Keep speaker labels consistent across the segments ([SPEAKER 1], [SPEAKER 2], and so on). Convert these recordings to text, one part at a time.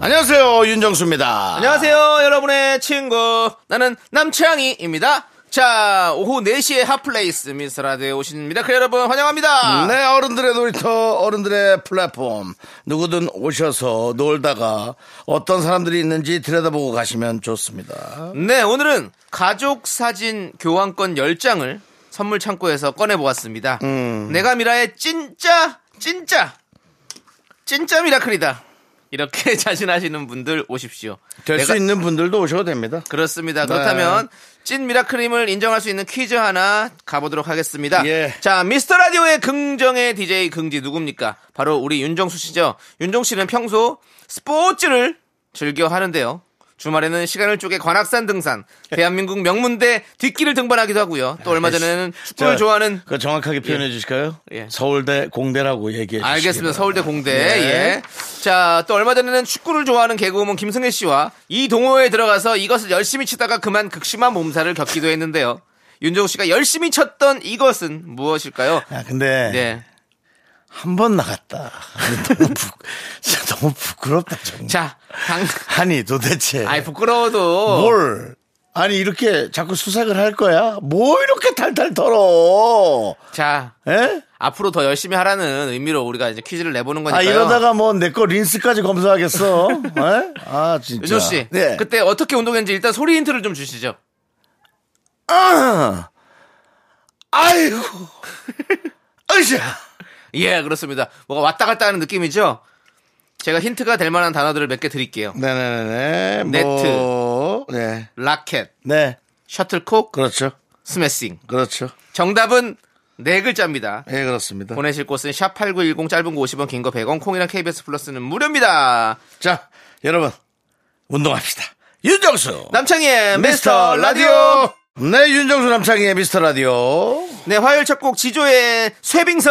[SPEAKER 1] 안녕하세요 윤정수입니다.
[SPEAKER 2] 안녕하세요, 여러분의 친구. 나는 남창희입니다. 자, 오후 4시에 핫플레이스 미스라드에 오신 미라클 여러분 환영합니다.
[SPEAKER 1] 네 어른들의 놀이터 어른들의 플랫폼 누구든 오셔서 놀다가 어떤 사람들이 있는지 들여다보고 가시면 좋습니다.
[SPEAKER 2] 네, 오늘은 가족 사진 교환권 10장을 선물 창고에서 꺼내보았습니다.
[SPEAKER 1] 음.
[SPEAKER 2] 내가 미라의 진짜, 진짜, 진짜 미라클이다. 이렇게 자신하시는 분들 오십시오.
[SPEAKER 1] 될 수
[SPEAKER 2] 내가-
[SPEAKER 1] 있는 분들도 오셔도 됩니다.
[SPEAKER 2] 그렇습니다. 그렇다면 찐 미라클임을 인정할 수 있는 퀴즈 하나 가보도록 하겠습니다.
[SPEAKER 1] 예.
[SPEAKER 2] 자, 미스터 라디오의 긍정의 DJ 긍지 누굽니까? 바로 우리 윤정수 씨죠. 윤정 씨는 평소 스포츠를 즐겨 하는데요. 주말에는 시간을 쪼개 관악산 등산, 대한민국 명문대 뒷길을 등반하기도 하고요. 또 얼마 전에는 축구를
[SPEAKER 1] 자,
[SPEAKER 2] 좋아하는
[SPEAKER 1] 그 정확하게 표현해 주실까요?
[SPEAKER 2] 예.
[SPEAKER 1] 서울대 공대라고 얘기해 주시기
[SPEAKER 2] 알겠습니다. 서울대
[SPEAKER 1] 바랍니다.
[SPEAKER 2] 공대.
[SPEAKER 1] 네.
[SPEAKER 2] 예. 자, 또 얼마 전에는 축구를 좋아하는 개그우먼 김승혜 씨와 이 동호회에 들어가서 이것을 열심히 치다가 그만 극심한 몸살을 겪기도 했는데요. 윤종우 씨가 열심히 쳤던 이것은 무엇일까요?
[SPEAKER 1] 야, 아, 근데
[SPEAKER 2] 네.
[SPEAKER 1] 한 번 나갔다. 너무, 부, 진짜 너무 부끄럽다 정말.
[SPEAKER 2] 자, 당,
[SPEAKER 1] 아니 도대체
[SPEAKER 2] 아이,
[SPEAKER 1] 뭐?
[SPEAKER 2] 뭐. 부끄러워도.
[SPEAKER 1] 뭘 아니 이렇게 자꾸 수색을 할 거야? 뭐 이렇게 탈탈 털어?
[SPEAKER 2] 자,
[SPEAKER 1] 예?
[SPEAKER 2] 앞으로 더 열심히 하라는 의미로 우리가 이제 퀴즈를 내보는
[SPEAKER 1] 아
[SPEAKER 2] 거니까요.
[SPEAKER 1] 이러다가 뭐 내 거 린스까지 검사하겠어? 예? 아 진짜.
[SPEAKER 2] 윤종우 씨.
[SPEAKER 1] 네.
[SPEAKER 2] 그때 어떻게 운동했는지 일단 소리 힌트를 좀 주시죠.
[SPEAKER 1] 아! 아이고. 으쌰.
[SPEAKER 2] 예, 그렇습니다. 뭐가 왔다 갔다 하는 느낌이죠? 제가 힌트가 될 만한 단어들을 몇 개 드릴게요.
[SPEAKER 1] 네네네. 뭐...
[SPEAKER 2] 네트.
[SPEAKER 1] 네.
[SPEAKER 2] 라켓,
[SPEAKER 1] 네.
[SPEAKER 2] 셔틀콕,
[SPEAKER 1] 그렇죠.
[SPEAKER 2] 스매싱.
[SPEAKER 1] 그렇죠.
[SPEAKER 2] 정답은 네 글자입니다.
[SPEAKER 1] 예, 그렇습니다.
[SPEAKER 2] 보내실 곳은 샵8910 짧은 거 50원 긴 거 100원 콩이랑 KBS 플러스는 무료입니다.
[SPEAKER 1] 자, 여러분. 운동합시다. 윤정수.
[SPEAKER 2] 남창희의 미스터 라디오.
[SPEAKER 1] 네, 윤정수 남창희의 미스터 라디오.
[SPEAKER 2] 네, 화요일 첫 곡 지조의 쇠빙선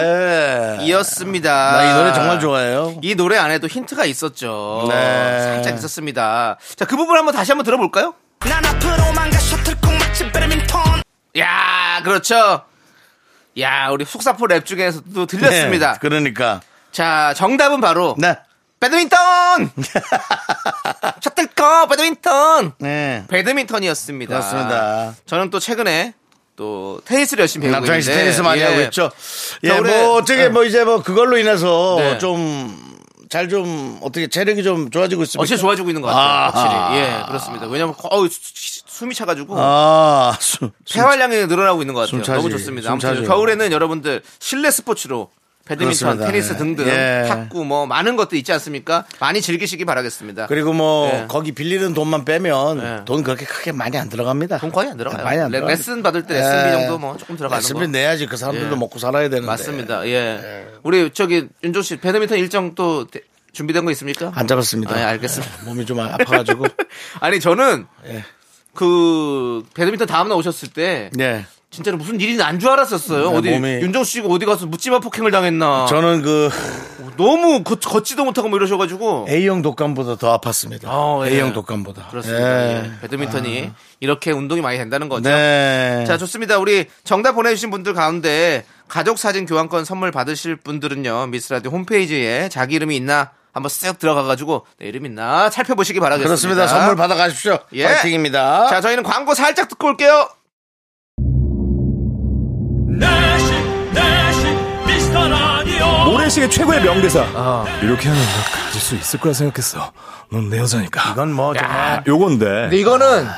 [SPEAKER 1] 네.
[SPEAKER 2] 이었습니다.
[SPEAKER 1] 나 이 노래 정말 좋아해요.
[SPEAKER 2] 이 노래 안에도 힌트가 있었죠.
[SPEAKER 1] 네.
[SPEAKER 2] 살짝 있었습니다. 자, 그 부분 한번 다시 한번 들어볼까요?
[SPEAKER 3] 난 앞으로만 가 셔틀콕 마치 배드민턴
[SPEAKER 2] 야, 그렇죠. 야, 우리 속사포 랩 중에서도 들렸습니다.
[SPEAKER 1] 네, 그러니까.
[SPEAKER 2] 자, 정답은 바로
[SPEAKER 1] 네.
[SPEAKER 2] 배드민턴! 셔틀콕 배드민턴!
[SPEAKER 1] 네.
[SPEAKER 2] 배드민턴이었습니다.
[SPEAKER 1] 그렇습니다.
[SPEAKER 2] 저는 또 최근에 또 테니스를 열심히 배우고
[SPEAKER 1] 남창희 씨
[SPEAKER 2] 있는데
[SPEAKER 1] 테니스 많이
[SPEAKER 2] 예.
[SPEAKER 1] 하고 있죠. 예,
[SPEAKER 2] 겨울에-
[SPEAKER 1] 뭐 어떻게
[SPEAKER 2] 네.
[SPEAKER 1] 뭐 이제 뭐 그걸로 인해서
[SPEAKER 2] 네.
[SPEAKER 1] 좀 잘 좀 어떻게 체력이 좀 좋아지고 있습니까?
[SPEAKER 2] 어째 좋아지고 있는 것 같아요.
[SPEAKER 1] 아하.
[SPEAKER 2] 확실히 예 그렇습니다. 왜냐면 어우 수- 수- 숨이 차가지고
[SPEAKER 1] 아, 숨, 숨
[SPEAKER 2] 폐활량이 늘어나고 있는 것 같아요.
[SPEAKER 1] 숨
[SPEAKER 2] 너무
[SPEAKER 1] 차지,
[SPEAKER 2] 좋습니다.
[SPEAKER 1] 숨
[SPEAKER 2] 아무튼
[SPEAKER 1] 차죠.
[SPEAKER 2] 겨울에는 여러분들 실내 스포츠로 배드민턴,
[SPEAKER 1] 그렇습니다.
[SPEAKER 2] 테니스
[SPEAKER 1] 예.
[SPEAKER 2] 등등
[SPEAKER 1] 예.
[SPEAKER 2] 탁구 뭐 많은 것도 있지 않습니까? 많이 즐기시기 바라겠습니다.
[SPEAKER 1] 그리고 뭐
[SPEAKER 2] 예.
[SPEAKER 1] 거기 빌리는 돈만 빼면
[SPEAKER 2] 예.
[SPEAKER 1] 돈 그렇게 크게 많이 안 들어갑니다. 네,
[SPEAKER 2] 돈 거의 안 들어가요.
[SPEAKER 1] 많이 안
[SPEAKER 2] 레-
[SPEAKER 1] 들어가요.
[SPEAKER 2] 레슨 받을 때 레슨비
[SPEAKER 1] 예.
[SPEAKER 2] 정도 뭐 조금 들어가는
[SPEAKER 1] 레슨비
[SPEAKER 2] 거.
[SPEAKER 1] 내야지 그 사람들도
[SPEAKER 2] 예.
[SPEAKER 1] 먹고 살아야 되는데.
[SPEAKER 2] 맞습니다. 예. 우리 저기 윤종 씨 배드민턴 일정 또 대- 준비된 거 있습니까?
[SPEAKER 1] 안 잡았습니다.
[SPEAKER 2] 아, 예, 알겠습니다.
[SPEAKER 1] 예, 몸이 좀 아파가지고.
[SPEAKER 2] 아니 저는
[SPEAKER 1] 예.
[SPEAKER 2] 그 배드민턴 다음날 오셨을 때
[SPEAKER 1] 네.
[SPEAKER 2] 진짜로 무슨 일이 난 줄 알았었어요.
[SPEAKER 1] 네,
[SPEAKER 2] 어디
[SPEAKER 1] 몸이-
[SPEAKER 2] 윤정 씨가 어디 가서 묻지마 폭행을 당했나.
[SPEAKER 1] 저는 그
[SPEAKER 2] 너무 걷, 걷지도 못하고 뭐 이러셔가지고
[SPEAKER 1] A형 독감보다 더 아팠습니다.
[SPEAKER 2] 아, 예.
[SPEAKER 1] A형 독감보다.
[SPEAKER 2] 그렇습니다.
[SPEAKER 1] 예.
[SPEAKER 2] 예. 배드민턴이 이렇게 운동이 많이 된다는 거죠.
[SPEAKER 1] 네.
[SPEAKER 2] 자 좋습니다. 우리 정답 보내주신 분들 가운데 가족 사진 교환권 선물 받으실 분들은요 미스라디 홈페이지에 자기 이름이 있나 한번 쓱 들어가가지고 내 이름 있나 살펴보시기 바라겠습니다.
[SPEAKER 1] 그렇습니다. 선물 받아가십시오.
[SPEAKER 2] 예.
[SPEAKER 1] 파이팅입니다.
[SPEAKER 2] 자 저희는 광고 살짝 듣고 올게요.
[SPEAKER 4] 내시 내시 미스터 라디오
[SPEAKER 5] 모래시계 최고의 명대사. 이렇게 하면 너 가질 수 있을 거라 생각했어. 넌 내 여자니까.
[SPEAKER 1] 이건 뭐 정말
[SPEAKER 5] 요건데.
[SPEAKER 2] 근데 이거는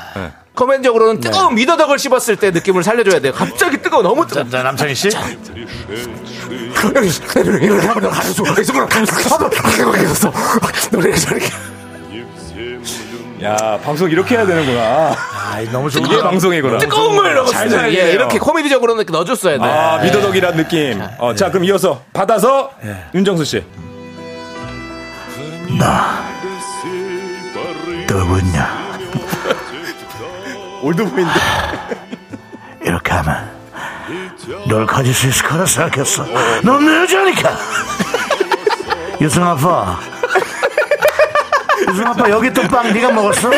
[SPEAKER 2] 커맨적으로는 뜨거운 미더덕을 씹었을 때 느낌을 살려줘야 돼요. 갑자기 뜨거워 너무 뜨거워.
[SPEAKER 1] 자, 남창희 씨.
[SPEAKER 5] 야, 방송 이렇게 해야 되는구나.
[SPEAKER 1] 아, 너무 좋은
[SPEAKER 5] 이게 방송이구나.
[SPEAKER 2] 뜨거운 걸 넣었어요.
[SPEAKER 5] 살려야
[SPEAKER 2] 예,
[SPEAKER 5] 돼요.
[SPEAKER 2] 이렇게 코미디적으로는 이렇게 넣어줬어야 돼.
[SPEAKER 5] 아, 미더덕이란 느낌. 어, 자, 그럼 이어서 받아서 윤정수 씨.
[SPEAKER 1] 나
[SPEAKER 6] 더군요.
[SPEAKER 7] 올드보인데.
[SPEAKER 6] 이렇게 하면 널 가질 수 있을 거라 생각했어. 넌 내 여자니까. 유승 아빠. 유승 아빠 여기 또 빵 네가 먹었어?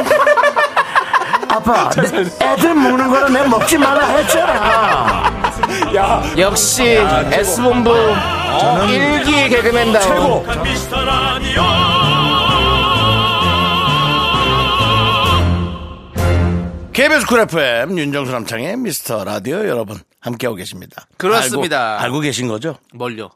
[SPEAKER 6] 아빠 내 애들 먹는 거라 내가 먹지 말라 했잖아.
[SPEAKER 2] 역시 S본부 어, 일기 개그맨다. 최고.
[SPEAKER 4] 미스터 라디오
[SPEAKER 1] KBS 쿨 FM 윤정수 남창의 미스터 라디오 여러분 함께하고 계십니다.
[SPEAKER 2] 그렇습니다.
[SPEAKER 1] 알고, 알고 계신 거죠?
[SPEAKER 2] 뭘요?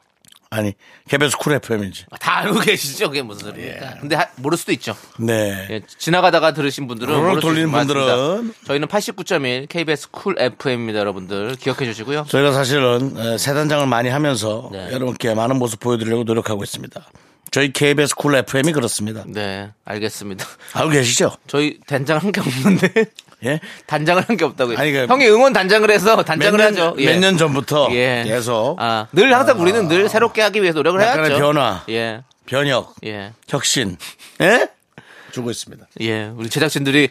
[SPEAKER 1] 아니 KBS 쿨 FM인지.
[SPEAKER 2] 아, 다 알고 계시죠? 그게 무슨 소리입니까? 근데 하- 모를 수도 있죠.
[SPEAKER 1] 네.
[SPEAKER 2] 예, 지나가다가 들으신 분들은
[SPEAKER 1] 롤
[SPEAKER 2] 모를 수
[SPEAKER 1] 어, 돌리는
[SPEAKER 2] 있을 것 같습니다.
[SPEAKER 1] 분들은.
[SPEAKER 2] 저희는 89.1 KBS 쿨 FM입니다, 여러분들 기억해 주시고요.
[SPEAKER 1] 저희가 사실은 에, 새 단장을 많이 하면서
[SPEAKER 2] 네.
[SPEAKER 1] 여러분께 많은 모습 보여드리려고 노력하고 있습니다. 저희 KBS 쿨 FM이 그렇습니다.
[SPEAKER 2] 네, 알겠습니다.
[SPEAKER 1] 알고 계시죠?
[SPEAKER 2] 저희 단장 한 게 없는데
[SPEAKER 1] 예.
[SPEAKER 2] 단장을 한 게 없다고요.
[SPEAKER 1] 아니, 그-
[SPEAKER 2] 형이 응원 단장을 해서
[SPEAKER 1] 몇
[SPEAKER 2] 단장을
[SPEAKER 1] 년
[SPEAKER 2] 하죠. 예.
[SPEAKER 1] 전부터
[SPEAKER 2] 예.
[SPEAKER 1] 계속
[SPEAKER 2] 아, 늘 항상 우리는 늘 새롭게 하기 위해서 노력을
[SPEAKER 1] 약간의
[SPEAKER 2] 해야죠.
[SPEAKER 1] 변화.
[SPEAKER 2] 예,
[SPEAKER 1] 변혁,
[SPEAKER 2] 예,
[SPEAKER 1] 혁신, 예? 주고 있습니다.
[SPEAKER 2] 예. 우리 제작진들이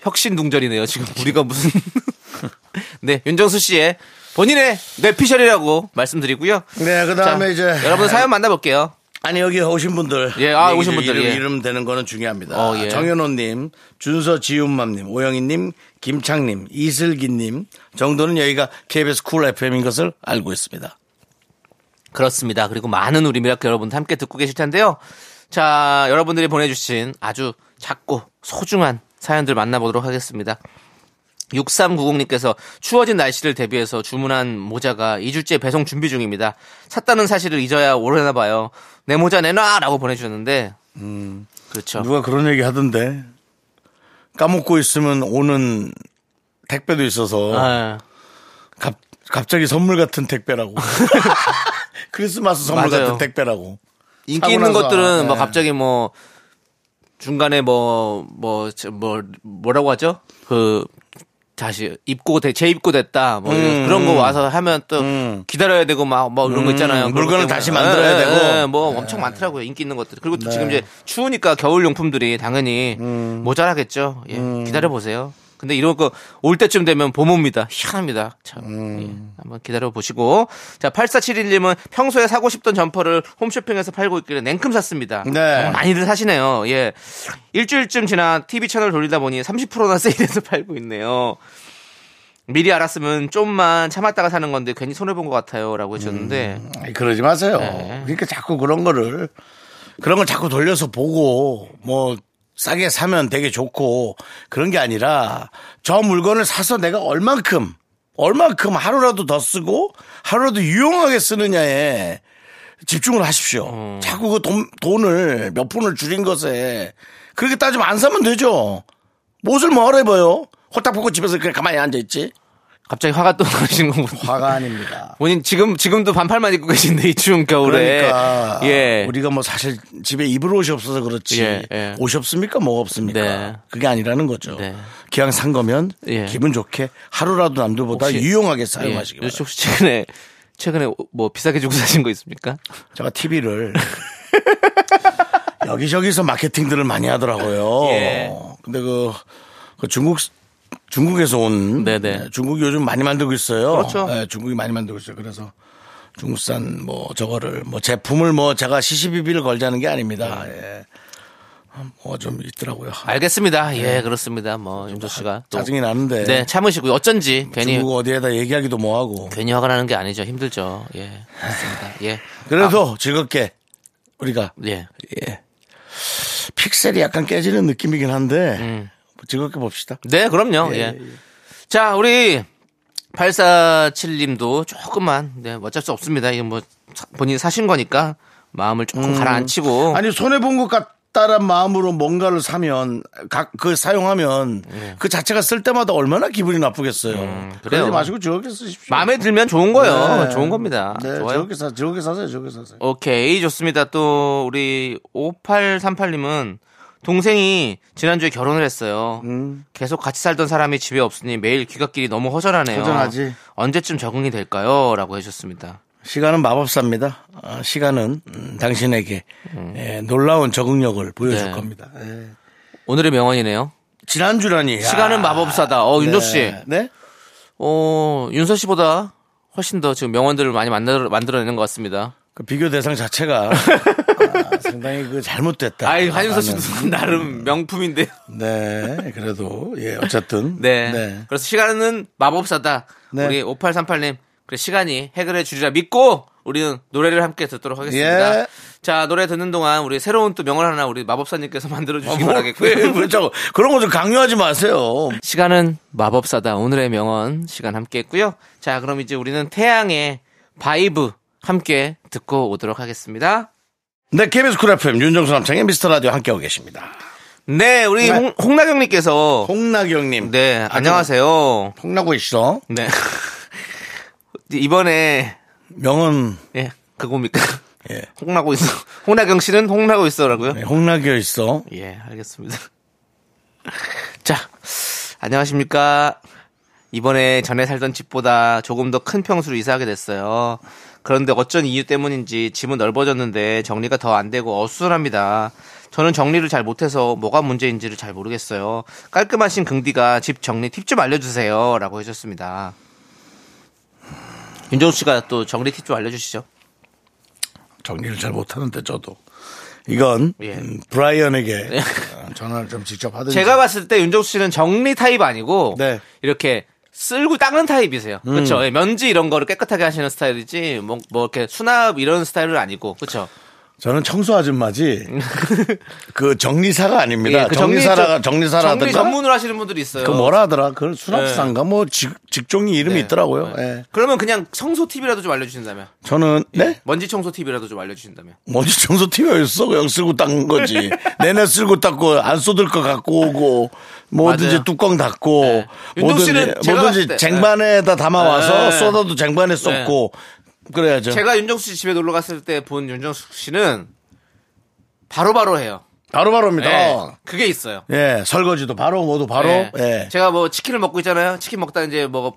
[SPEAKER 2] 혁신둥절이네요. 지금
[SPEAKER 1] 아,
[SPEAKER 2] 우리가 무슨 네 윤정수 씨의 본인의 뇌피셜이라고 말씀드리고요.
[SPEAKER 1] 네, 그 다음에 이제
[SPEAKER 2] 여러분 사연 만나볼게요.
[SPEAKER 1] 아니 여기 오신 분들
[SPEAKER 2] 예, 아,
[SPEAKER 1] 얘기
[SPEAKER 2] 오신
[SPEAKER 1] 좀
[SPEAKER 2] 분들,
[SPEAKER 1] 이름,
[SPEAKER 2] 예.
[SPEAKER 1] 이름 되는 거는 중요합니다.
[SPEAKER 2] 어, 예.
[SPEAKER 1] 정현호님, 준서 지윤맘님, 오영희님, 김창님, 이슬기님 정도는 여기가 KBS 쿨 FM인 것을 알고 있습니다.
[SPEAKER 2] 그렇습니다. 그리고 많은 우리 미라클 여러분들 함께 듣고 계실 텐데요. 자, 여러분들이 보내주신 아주 작고 소중한 사연들 만나보도록 하겠습니다. 6390님께서 추워진 날씨를 대비해서 주문한 모자가 2주째 배송 준비 중입니다. 샀다는 사실을 잊어야 오래나 봐요. 내 모자 내놔! 라고 보내주셨는데, 음, 그렇죠.
[SPEAKER 1] 누가 그런 얘기 하던데 까먹고 있으면 오는 택배도 있어서
[SPEAKER 2] 아,
[SPEAKER 1] 갑, 갑자기 선물 같은 택배라고 크리스마스 선물
[SPEAKER 2] 맞아요.
[SPEAKER 1] 같은 택배라고
[SPEAKER 2] 인기
[SPEAKER 1] 사고
[SPEAKER 2] 있는
[SPEAKER 1] 나서,
[SPEAKER 2] 것들은 뭐
[SPEAKER 1] 예.
[SPEAKER 2] 갑자기 뭐 중간에 뭐, 뭐, 저- 뭐, 뭐라고 하죠? 그, 다시 입고, 돼- 재입고 됐다. 뭐
[SPEAKER 1] 음,
[SPEAKER 2] 이런 그런 거 와서 하면 또 기다려야 되고 막, 뭐 이런 거 있잖아요. 그런
[SPEAKER 1] 음,
[SPEAKER 2] 것
[SPEAKER 1] 물건을
[SPEAKER 2] 때문에.
[SPEAKER 1] 다시 만들어야 되고.
[SPEAKER 2] 뭐
[SPEAKER 1] 네.
[SPEAKER 2] 엄청 많더라고요. 인기 있는 것들. 그리고 또 지금 이제 추우니까 겨울 용품들이 당연히
[SPEAKER 1] 음.
[SPEAKER 2] 모자라겠죠. 예. 기다려보세요. 근데 이런 거 올 때쯤 되면 봄옵니다. 희한합니다. 참.
[SPEAKER 1] 음.
[SPEAKER 2] 예. 한번 기다려보시고. 자, 8471님은 평소에 사고 싶던 점퍼를 홈쇼핑에서 팔고 있길래 냉큼 샀습니다.
[SPEAKER 1] 네.
[SPEAKER 2] 정말 많이들 사시네요. 예. 일주일쯤 지나 TV 채널 돌리다 보니 30%나 세일해서 팔고 있네요. 미리 알았으면 좀만 참았다가 사는 건데 괜히 손해본 것 같아요. 라고 해주셨는데.
[SPEAKER 1] 아니, 그러지 마세요. 그러니까 자꾸 그런 거를 그런 걸 자꾸 돌려서 보고 뭐 싸게 사면 되게 좋고 그런 게 아니라 저 물건을 사서 내가 얼만큼 얼만큼 하루라도 더 쓰고 하루라도 유용하게 쓰느냐에 집중을 하십시오. 자꾸 그 돈, 돈을 몇 푼을 줄인 것에 그렇게 따지면 안 사면 되죠. 옷을 뭐하러 입어요? 호딱 벗고 집에서 그냥 가만히 앉아있지?
[SPEAKER 2] 갑자기 화가 또 나신 거 보니.
[SPEAKER 1] 화가 아닙니다.
[SPEAKER 2] 본인 지금, 지금도 반팔만 입고 계신데 이 추운 겨울에.
[SPEAKER 1] 그러니까
[SPEAKER 2] 예.
[SPEAKER 1] 우리가 뭐 사실 집에 입을 옷이 없어서 그렇지
[SPEAKER 2] 예, 예.
[SPEAKER 1] 옷이 없습니까 뭐가 없습니까
[SPEAKER 2] 네.
[SPEAKER 1] 그게 아니라는 거죠
[SPEAKER 2] 네.
[SPEAKER 1] 기왕 산 거면
[SPEAKER 2] 예.
[SPEAKER 1] 기분 좋게 하루라도 남들보다
[SPEAKER 2] 혹시-
[SPEAKER 1] 유용하게
[SPEAKER 2] 예.
[SPEAKER 1] 사용하시기 바랍니다
[SPEAKER 2] 요즘 혹시 최근에, 최근에 뭐 비싸게 주고 사신 거 있습니까?
[SPEAKER 1] 제가 TV를 여기저기서 마케팅들을 많이 하더라고요
[SPEAKER 2] 예.
[SPEAKER 1] 근데 그, 그 중국 중국에서 온
[SPEAKER 2] 네네.
[SPEAKER 1] 네, 중국이 요즘 많이 만들고 있어요
[SPEAKER 2] 그렇죠.
[SPEAKER 1] 네, 중국이 많이 만들고 있어요 그래서 중국산 뭐 저거를 뭐 제품을 뭐 제가 시시비비를 걸자는 게 아닙니다. 예. 뭐 좀 있더라고요.
[SPEAKER 2] 음. 알겠습니다. 예, 그렇습니다. 뭐, 윤조 씨가. 또-
[SPEAKER 1] 짜증이 나는데 음,
[SPEAKER 2] 네, 참으시고요. 어쩐지 괜히 그
[SPEAKER 1] 중국 어디에다 얘기하기도 뭐하고
[SPEAKER 2] 괜히 화가 나는 게 아니죠. 힘들죠. 예. 맞습니다. 예.
[SPEAKER 1] 그래도 즐겁게 우리가
[SPEAKER 2] 아, 예.
[SPEAKER 1] 예. 픽셀이 약간 깨지는 느낌이긴 한데
[SPEAKER 2] 음.
[SPEAKER 1] 즐겁게 봅시다.
[SPEAKER 2] 네, 그럼요. 예. 자, 우리 847님도 조금만 네, 어쩔 수 없습니다. 이건 뭐 사- 본인이 사신 거니까 마음을 조금 가라앉히고
[SPEAKER 1] 아니 손해 본 것 같다란 마음으로 뭔가를 사면 각 그 사용하면 그 자체가 쓸 때마다 얼마나 기분이 나쁘겠어요. 그러지
[SPEAKER 2] 음. 그래요.
[SPEAKER 1] 마시고 즐겁게 쓰십시오.
[SPEAKER 2] 마음에 들면 좋은 거예요.
[SPEAKER 1] 네.
[SPEAKER 2] 좋은 겁니다.
[SPEAKER 1] 네,
[SPEAKER 2] 좋아요.
[SPEAKER 1] 즐겁게 사, 즐겁게 사세요, 즐겁게 사세요.
[SPEAKER 2] 오케이 좋습니다. 또 우리 5838님은 동생이 지난주에 결혼을 했어요. 계속 같이 살던 사람이 집에 없으니 매일 귀갓길이 너무 허전하네요.
[SPEAKER 1] 허전하지.
[SPEAKER 2] 언제쯤 적응이 될까요? 라고 해주셨습니다.
[SPEAKER 1] 시간은 마법사입니다. 아, 시간은 음, 당신에게 예, 놀라운 적응력을 보여줄
[SPEAKER 2] 음. 네.
[SPEAKER 1] 겁니다. 예.
[SPEAKER 2] 오늘의 명언이네요.
[SPEAKER 1] 지난주라니. 아,
[SPEAKER 2] 시간은 마법사다. 어, 윤정 씨.
[SPEAKER 1] 네. 네?
[SPEAKER 2] 어, 윤서 씨보다 훨씬 더 지금 명언들을 많이 만들어, 만들어내는 것 같습니다.
[SPEAKER 1] 그 비교 대상 자체가 아, 상당히 그 잘못됐다.
[SPEAKER 2] 아이, 한윤서
[SPEAKER 1] 라는.
[SPEAKER 2] 씨도 나름 명품인데요.
[SPEAKER 1] 네, 그래도 예 어쨌든
[SPEAKER 2] 네. 그래서 시간은 마법사다.
[SPEAKER 1] 네.
[SPEAKER 2] 우리 5838님. 그래 시간이 해결해 주리라 믿고 우리는 노래를 함께 듣도록 하겠습니다.
[SPEAKER 1] 예.
[SPEAKER 2] 자, 노래 듣는 동안 우리 새로운 또 명언 하나 우리 마법사님께서 만들어
[SPEAKER 1] 아,
[SPEAKER 2] 주시기
[SPEAKER 1] 뭐, 왜,
[SPEAKER 2] 바라겠고요.
[SPEAKER 1] 왜 자꾸 그런 거 좀 강요하지 마세요.
[SPEAKER 2] 시간은 마법사다. 오늘의 명언 시간 함께 했고요. 자, 그럼 이제 우리는 태양의 바이브 함께 듣고 오도록 하겠습니다.
[SPEAKER 1] 네, KBS 쿨 FM 윤정수 남창의 미스터 라디오 함께하고 계십니다.
[SPEAKER 2] 네, 우리
[SPEAKER 1] 네.
[SPEAKER 2] 홍, 나경님께서
[SPEAKER 1] 홍나경님,
[SPEAKER 2] 네, 안녕하세요.
[SPEAKER 1] 홍나고 있어.
[SPEAKER 2] 네. 이번에
[SPEAKER 1] 명언
[SPEAKER 2] 예, 그겁니까?
[SPEAKER 1] 예.
[SPEAKER 2] 홍나고 있어. 홍나경 씨는 홍나고 있어라고요?
[SPEAKER 1] 네, 홍나겨 있어.
[SPEAKER 2] 예, 알겠습니다. 자, 안녕하십니까. 이번에 전에 살던 집보다 조금 더 큰 평수로 이사하게 됐어요. 그런데 어쩐 이유 때문인지 집은 넓어졌는데 정리가 더 안 되고 어수선합니다. 저는 정리를 잘 못해서 뭐가 문제인지를 잘 모르겠어요. 깔끔하신 긍디가 집 정리 팁 좀 알려주세요. 라고 해주셨습니다. 윤정수 씨가 또 정리 팁 좀 알려주시죠.
[SPEAKER 1] 정리를 잘 못하는데 저도 이건
[SPEAKER 2] 예. 네.
[SPEAKER 1] 음, 브라이언에게 어, 전화를 좀 직접 하든지.
[SPEAKER 2] 제가 봤을 때 윤정수 씨는 정리 타입 아니고
[SPEAKER 1] 네. 음.
[SPEAKER 2] 이렇게 쓸고 닦는 타입이세요. 그렇죠. 예, 면지 이런 거를 깨끗하게 하시는 스타일이지 뭐, 뭐 이렇게 수납 이런 스타일은 아니고 그렇죠.
[SPEAKER 1] 저는 청소 아줌마지 그 정리사가 아닙니다.
[SPEAKER 2] 예, 그
[SPEAKER 1] 그러니까 정리사라가
[SPEAKER 2] 정리 저-
[SPEAKER 1] 정리사라든가
[SPEAKER 2] 정리 전문으로 하시는 분들이 있어요.
[SPEAKER 1] 그 뭐라 하더라? 그 수납사인가 뭐 직, 종이 이름이
[SPEAKER 2] 네.
[SPEAKER 1] 있더라고요.
[SPEAKER 2] 네. 예.
[SPEAKER 1] 예.
[SPEAKER 2] 그러면 그냥 청소 팁이라도 좀 알려주신다면
[SPEAKER 1] 저는 네
[SPEAKER 2] 먼지 청소 팁이라도 좀 알려주신다면
[SPEAKER 1] 먼지 청소 팀이 어딨어? 그냥 쓸고 닦는 거지. 내내 쓸고 닦고 안 쏟을 거 갖고 오고 뭐든지
[SPEAKER 2] 맞아요.
[SPEAKER 1] 두껑 닫고
[SPEAKER 2] 네. 윤종
[SPEAKER 1] 뭐든지
[SPEAKER 2] 씨는 제가 봤을
[SPEAKER 1] 뭐든지
[SPEAKER 2] 때-
[SPEAKER 1] 쟁반에다 담아와서
[SPEAKER 2] 네.
[SPEAKER 1] 쏟아도 쟁반에 쏟고 그래야죠.
[SPEAKER 2] 제가 윤정수 씨 집에 놀러 갔을 때 본 윤정수 씨는 바로바로 해요.
[SPEAKER 1] 바로바로입니다.
[SPEAKER 2] 예, 그게 있어요.
[SPEAKER 1] 예, 설거지도 바로 모두 바로
[SPEAKER 2] 예.
[SPEAKER 1] 예.
[SPEAKER 2] 제가 뭐 치킨을 먹고 있잖아요. 치킨 먹다 이제 뭐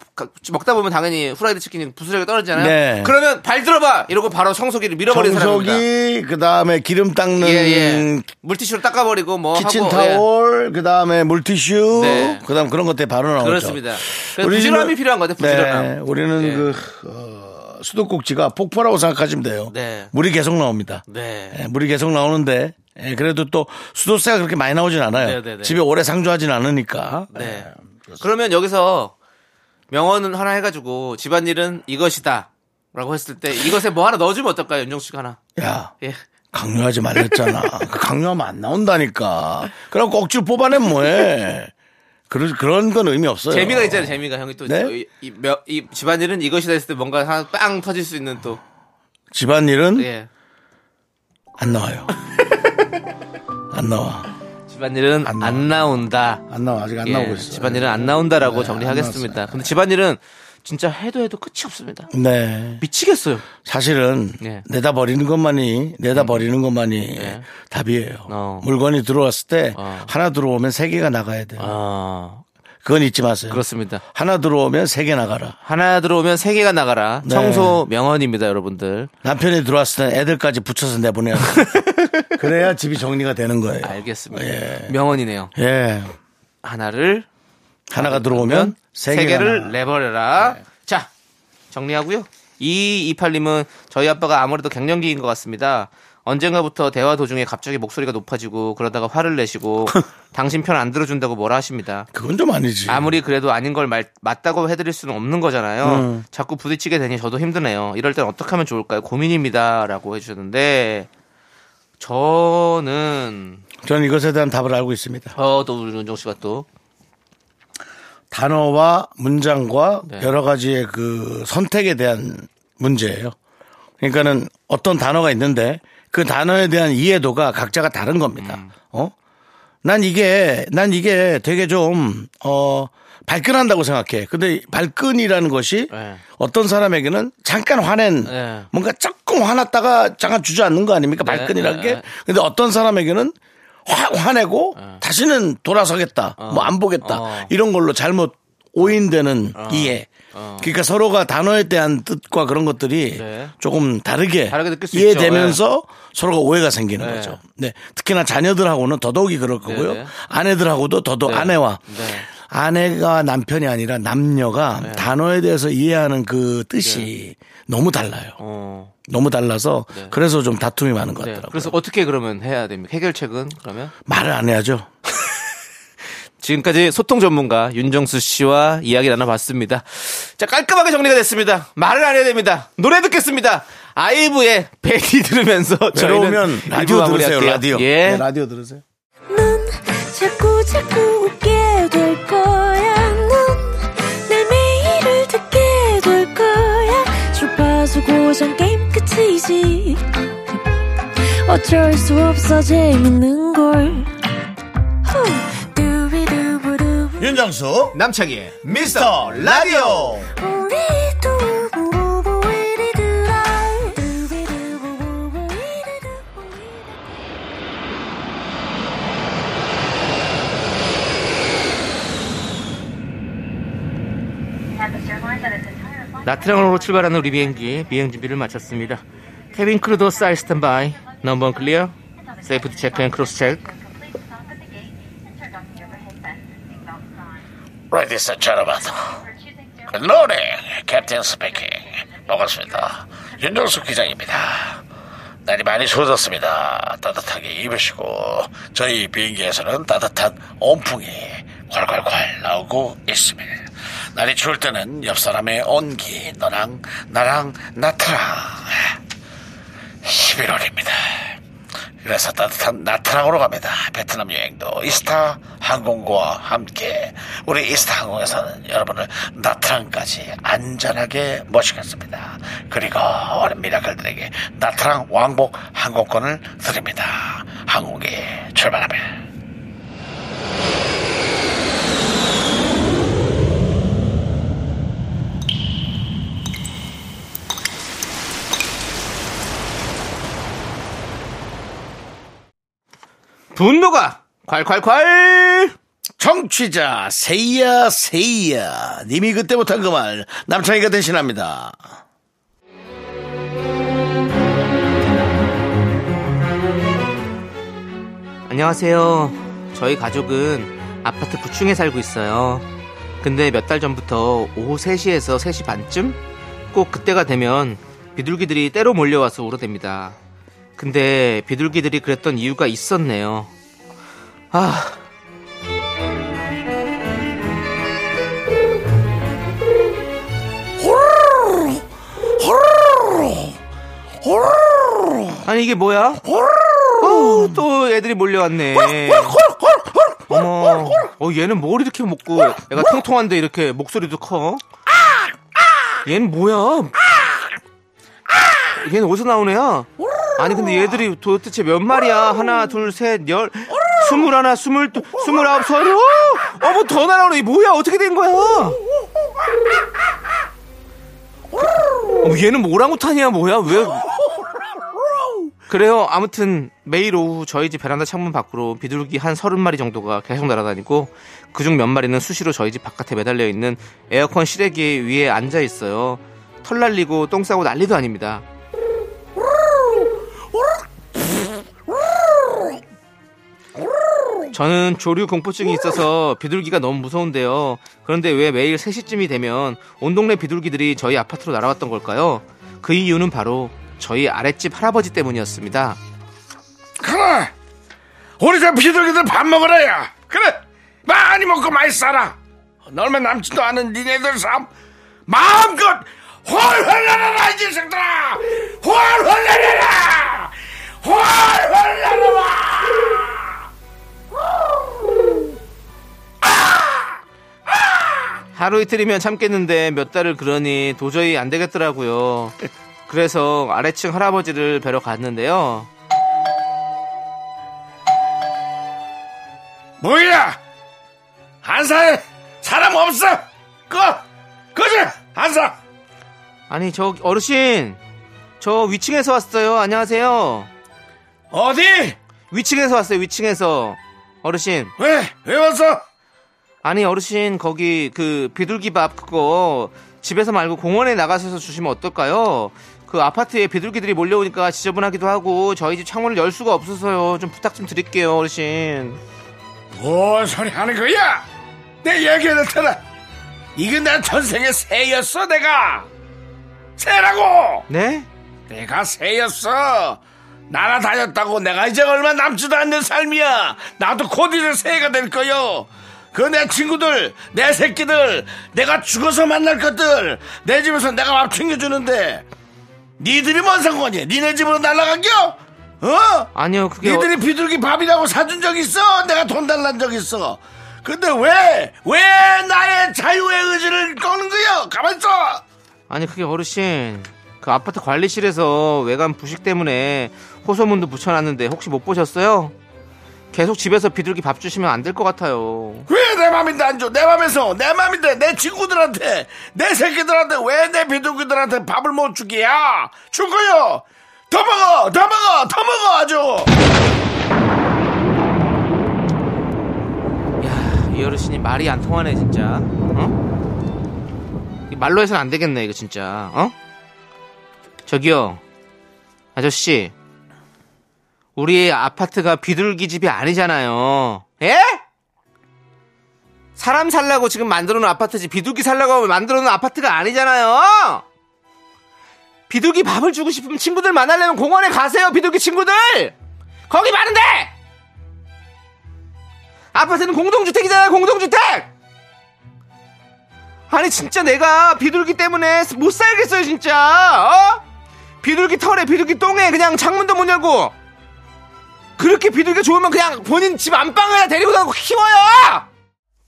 [SPEAKER 2] 먹다 보면 당연히 후라이드 치킨이 부스러기 떨어지잖아요.
[SPEAKER 1] 네.
[SPEAKER 2] 그러면 발 들어봐 이러고 바로 청소기를 밀어버리는 사람입니다.
[SPEAKER 1] 청소기 그다음에 기름 닦는
[SPEAKER 2] 예, 예. 물티슈로 닦아버리고 뭐 하고 예.
[SPEAKER 1] 키친타올 그다음에 물티슈
[SPEAKER 2] 네.
[SPEAKER 1] 그다음 그런 것들이 바로 나오죠.
[SPEAKER 2] 그렇습니다. 그래서
[SPEAKER 1] 우리
[SPEAKER 2] 부지런함이
[SPEAKER 1] 집은-
[SPEAKER 2] 필요한 것 같아요.
[SPEAKER 1] 네,
[SPEAKER 2] 부지런함.
[SPEAKER 1] 우리는
[SPEAKER 2] 예.
[SPEAKER 1] 그 어, 수도꼭지가 폭포라고 생각하시면 돼요.
[SPEAKER 2] 네.
[SPEAKER 1] 물이 계속 나옵니다.
[SPEAKER 2] 네.
[SPEAKER 1] 예, 물이 계속 나오는데 예, 그래도 또 수도세가 그렇게 많이 나오진 않아요.
[SPEAKER 2] 네, 네, 네.
[SPEAKER 1] 집에 오래 상주하진 않으니까.
[SPEAKER 2] 네. 그러면 여기서 명언은 하나 해가지고 집안일은 이것이다. 라고 했을 때 이것에 뭐 하나 넣어주면 어떨까요? 윤정수 씨가 하나.
[SPEAKER 1] 야
[SPEAKER 2] 예.
[SPEAKER 1] 강요하지 말랬잖아. 그 강요하면 안 나온다니까. 그럼 억지로 뽑아낸 뭐해? 그런 그런 건 의미 없어요.
[SPEAKER 2] 재미가 있잖아요. 재미가 형이 또 이
[SPEAKER 1] 네?
[SPEAKER 2] 이 명- 이 집안일은 이것이다 했을 때 뭔가 하나 빵 터질 수 있는 또
[SPEAKER 1] 집안일은
[SPEAKER 2] 예.
[SPEAKER 1] 안 나와요. 안 나와.
[SPEAKER 2] 집안일은 안, 나온다.
[SPEAKER 1] 안 나와. 아직 안
[SPEAKER 2] 예,
[SPEAKER 1] 나오고 있어.
[SPEAKER 2] 집안일은 안 나온다라고
[SPEAKER 1] 네, 안
[SPEAKER 2] 정리하겠습니다.
[SPEAKER 1] 나왔어요.
[SPEAKER 2] 근데 집안일은 진짜 해도 해도 끝이 없습니다.
[SPEAKER 1] 네.
[SPEAKER 2] 미치겠어요.
[SPEAKER 1] 사실은
[SPEAKER 2] 예. 음.
[SPEAKER 1] 내다 버리는 것만이 내다 버리는 것만이 답이에요.
[SPEAKER 2] 어.
[SPEAKER 1] 물건이 들어왔을 때
[SPEAKER 2] 어.
[SPEAKER 1] 하나 들어오면 세 개가 나가야 돼요.
[SPEAKER 2] 아,
[SPEAKER 1] 그건 잊지 마세요.
[SPEAKER 2] 그렇습니다.
[SPEAKER 1] 하나 들어오면 세 개 나가라.
[SPEAKER 2] 하나 들어오면 세 개가 나가라.
[SPEAKER 1] 네.
[SPEAKER 2] 청소 명언입니다, 여러분들.
[SPEAKER 1] 남편이 들어왔을 땐 애들까지 붙여서 내보내야 돼. 그래야 집이 정리가 되는 아, 거예요.
[SPEAKER 2] 알겠습니다. 명언이네요.
[SPEAKER 1] 예.
[SPEAKER 2] 하나를 아,
[SPEAKER 1] 하나가 들어오면 세 개가 네.
[SPEAKER 2] 를
[SPEAKER 1] 나가.
[SPEAKER 2] 내버려라. 자, 정리하고요. 2228님은 저희 아빠가 아무래도 갱년기인 것 같습니다. 언젠가부터 대화 도중에 갑자기 목소리가 높아지고 그러다가 화를 내시고 당신 편 안 들어준다고 뭐라 하십니다.
[SPEAKER 1] 그건 좀 아니지.
[SPEAKER 2] 예. 아무리 그래도 아닌 걸 말- 맞다고 해드릴 수는 없는 거잖아요.
[SPEAKER 1] 음.
[SPEAKER 2] 자꾸 부딪히게 되니 저도 힘드네요. 이럴 땐 어떻게 하면 좋을까요? 고민입니다라고 해주셨는데 저는
[SPEAKER 1] 저는 이것에 대한 답을 알고 있습니다.
[SPEAKER 2] 저도 우리 윤종 씨가 또
[SPEAKER 1] 단어와 문장과
[SPEAKER 2] 네.
[SPEAKER 1] 여러 가지의 그 선택에 대한 문제예요. 그러니까는 어떤 단어가 있는데 그 단어에 대한 이해도가 각자가 다른 겁니다.
[SPEAKER 2] 음.
[SPEAKER 1] 어? 난 이게 난 이게 되게 좀 어, 발끈한다고 생각해. 근데 발끈이라는 것이
[SPEAKER 2] 네.
[SPEAKER 1] 어떤 사람에게는 잠깐 화낸
[SPEAKER 2] 네.
[SPEAKER 1] 뭔가 조금 화났다가 잠깐 주저앉는 거 아닙니까? 발끈이라는
[SPEAKER 2] 네,
[SPEAKER 1] 게.
[SPEAKER 2] 네.
[SPEAKER 1] 근데 어떤 사람에게는 확 화내고 다시는 돌아서겠다. 뭐 안 보겠다.
[SPEAKER 2] 어.
[SPEAKER 1] 이런 걸로 잘못 오인되는 이해. 그러니까 서로가 단어에 대한 뜻과 그런 것들이
[SPEAKER 2] 네.
[SPEAKER 1] 조금 다르게,
[SPEAKER 2] 다르게 느낄 수
[SPEAKER 1] 이해되면서 서로가 오해가 생기는
[SPEAKER 2] 네.
[SPEAKER 1] 거죠. 네. 특히나 자녀들하고는 더더욱이 그럴 거고요.
[SPEAKER 2] 네, 네.
[SPEAKER 1] 아내들하고도 더더욱 아내와
[SPEAKER 2] 네.
[SPEAKER 1] 아내가 남편이 아니라 남녀가 단어에 대해서 이해하는 그 뜻이 너무 달라요.
[SPEAKER 2] 네. 어.
[SPEAKER 1] 너무 달라서 그래서 좀 다툼이 많은 것
[SPEAKER 2] 네.
[SPEAKER 1] 같더라고요.
[SPEAKER 2] 그래서 어떻게 그러면 해야 됩니까? 해결책은 그러면?
[SPEAKER 1] 말을 안 해야죠.
[SPEAKER 2] 지금까지 소통 전문가 윤정수 씨와 이야기 나눠봤습니다. 자, 깔끔하게 정리가 됐습니다. 말을 안 해야 됩니다. 노래 듣겠습니다. 아이브의 베리 들으면서
[SPEAKER 1] 들어오면
[SPEAKER 2] 저희는
[SPEAKER 1] 라디오
[SPEAKER 2] 일부
[SPEAKER 1] 들으세요.
[SPEAKER 2] 마무리할게요.
[SPEAKER 1] 라디오.
[SPEAKER 2] 예.
[SPEAKER 1] 네, 라디오 들으세요.
[SPEAKER 7] 넌 자꾸 자꾸 웃게 될 거야. 넌내 매일을 듣게 될 거야. 주파수 고정 게임 끝이지. 어쩔 수 없어 재밌는 걸. 후. 두비두부두.
[SPEAKER 1] 윤정수
[SPEAKER 2] 남창희의
[SPEAKER 1] 미스터 라디오.
[SPEAKER 7] 우리 두부부부 우리 두라. 두비두부부부 우리 두부부.
[SPEAKER 2] 나트랑으로 출발하는 우리 비행기 비행 준비를 마쳤습니다. 케빈 크루도 사이 스탠바이. 넘버 클리어. 세이프티 체크 앤 크로스 체크.
[SPEAKER 6] Ladies and gentlemen, good morning, Captain speaking. 반갑습니다. 윤정수 기장입니다. 날이 많이 추워졌습니다. 따뜻하게 입으시고 저희 비행기에서는 따뜻한 온풍이 콸콸콸 나오고 있습니다. 날이 추울 때는 옆 사람의 온기 너랑 나랑 나트랑 11월입니다. 그래서 따뜻한 나트랑으로 갑니다. 베트남 여행도 이스타 항공과 함께 우리 이스타 항공에서는 여러분을 나트랑까지 안전하게 모시겠습니다. 그리고 우리 미라클들에게 나트랑 왕복 항공권을 드립니다. 항공기 출발합니다.
[SPEAKER 2] 분노가 콸콸콸.
[SPEAKER 1] 정취자 세이야 세이야 님이 그때 못한 그 말 남창희가 대신합니다.
[SPEAKER 2] 안녕하세요. 저희 가족은 아파트 9층에 살고 있어요. 근데 몇 달 전부터 오후 3시에서 3시 반쯤? 꼭 그때가 되면 비둘기들이 때로 몰려와서 울어댑니다. 근데 비둘기들이 그랬던 이유가 있었네요. 아. 아니 이게 뭐야? 어우, 또 애들이 몰려왔네. 어머, 어, 얘는 뭘 이렇게 먹고, 얘가 통통한데 이렇게 목소리도 커. 얘는 뭐야? 얘는 어디서 나온 애야? 아니, 근데 얘들이 도대체 몇 마리야? 하나, 둘, 셋, 열, 스물 하나, 스물 두, 스물 아홉, 서른, 어! 어머, 더 날아오네. 뭐야? 어떻게 된 거야? 어머, 얘는 뭐 오랑우탄이야, 뭐야? 왜, 그래요. 아무튼 매일 오후 저희 집 베란다 창문 밖으로 비둘기 한 서른 마리 정도가 계속 날아다니고 그중 몇 마리는 수시로 저희 집 바깥에 매달려 있는 에어컨 실외기 위에 앉아 있어요. 털 날리고 똥 싸고 난리도 아닙니다. 저는 조류 공포증이 있어서 비둘기가 너무 무서운데요. 그런데 왜 매일 3시쯤이 되면 온 동네 비둘기들이 저희 아파트로 날아왔던 걸까요? 그 이유는 바로 저희 아랫집 할아버지 때문이었습니다.
[SPEAKER 6] 그래 우리 저 비둘기들 밥 먹으라야 그래 많이 먹고 많이 살아 얼마 남지도 않은 니네들 삶 마음껏 훨훨 날아라 이 녀석들아 훨훨 날아라 훨훨 날아라
[SPEAKER 2] 하루 이틀이면 참겠는데 몇 달을 그러니 도저히 안 되겠더라고요. 그래서 아래층 할아버지를 뵈러 갔는데요.
[SPEAKER 6] 뭐야 한사에 사람 없어 꺼 꺼져 한사
[SPEAKER 2] 아니 저 어르신 저 위층에서 왔어요. 안녕하세요.
[SPEAKER 6] 어디
[SPEAKER 2] 위층에서 왔어요. 위층에서 어르신
[SPEAKER 6] 왜 왜 왔어
[SPEAKER 2] 아니 어르신 거기 그 비둘기밥 그거 집에서 말고 공원에 나가셔서 주시면 어떨까요? 그 아파트에 비둘기들이 몰려오니까 지저분하기도 하고 저희 집 창문을 열 수가 없어서요. 좀 부탁 좀 드릴게요, 어르신.
[SPEAKER 1] 뭔 소리 하는 거야? 내 얘기에 나타나. 이게 난 전생에 새였어, 내가. 새라고!
[SPEAKER 2] 네?
[SPEAKER 1] 내가 새였어. 날아다녔다고 내가 이제 얼마 남지도 않는 삶이야. 나도 곧 이제 새가 될 거요. 그 내 친구들, 내 새끼들, 내가 죽어서 만날 것들, 내 집에서 내가 밥 챙겨주는데, 니들이 뭔 상관이야? 니네 집으로 날아간겨? 어?
[SPEAKER 2] 아니요, 그게 어-
[SPEAKER 1] 니들이 비둘기 밥이라고 사준 적 있어? 내가 돈 달란 적 있어. 근데 왜, 왜 나의 자유의 의지를 꺾는 거야? 가만있어!
[SPEAKER 2] 아니 그게 어르신 그 아파트 관리실에서 외관 부식 때문에 호소문도 붙여놨는데 혹시 못 보셨어요? 계속 집에서 비둘기 밥 주시면 안 될 것 같아요.
[SPEAKER 1] 왜 내 맘인데 안 줘? 내 맘에서, 내 맘인데, 내 친구들한테, 내 새끼들한테, 왜 내 비둘기들한테 밥을 못 주게야? 줄 거요! 더 먹어! 더 먹어! 더 먹어! 아주!
[SPEAKER 2] 이 어르신이 말이 안 통하네 진짜. 어? 이 말로 해서는 안 되겠네 이거 진짜. 어? 저기요 아저씨 우리 아파트가 비둘기 집이 아니잖아요. 예? 사람 살라고 지금 만들어놓은 아파트지 비둘기 살라고 만들어놓은 아파트가 아니잖아요. 비둘기 밥을 주고 싶으면 친구들 만나려면 공원에 가세요 비둘기 친구들. 거기 많은데. 아파트는 공동주택이잖아요 공동주택 아니 진짜 내가 비둘기 때문에 못 살겠어요 진짜 어? 비둘기 털에 비둘기 똥에 그냥 창문도 못 열고 그렇게 비둘기가 좋으면 그냥 본인 집 안방에다 데리고 다니고 키워요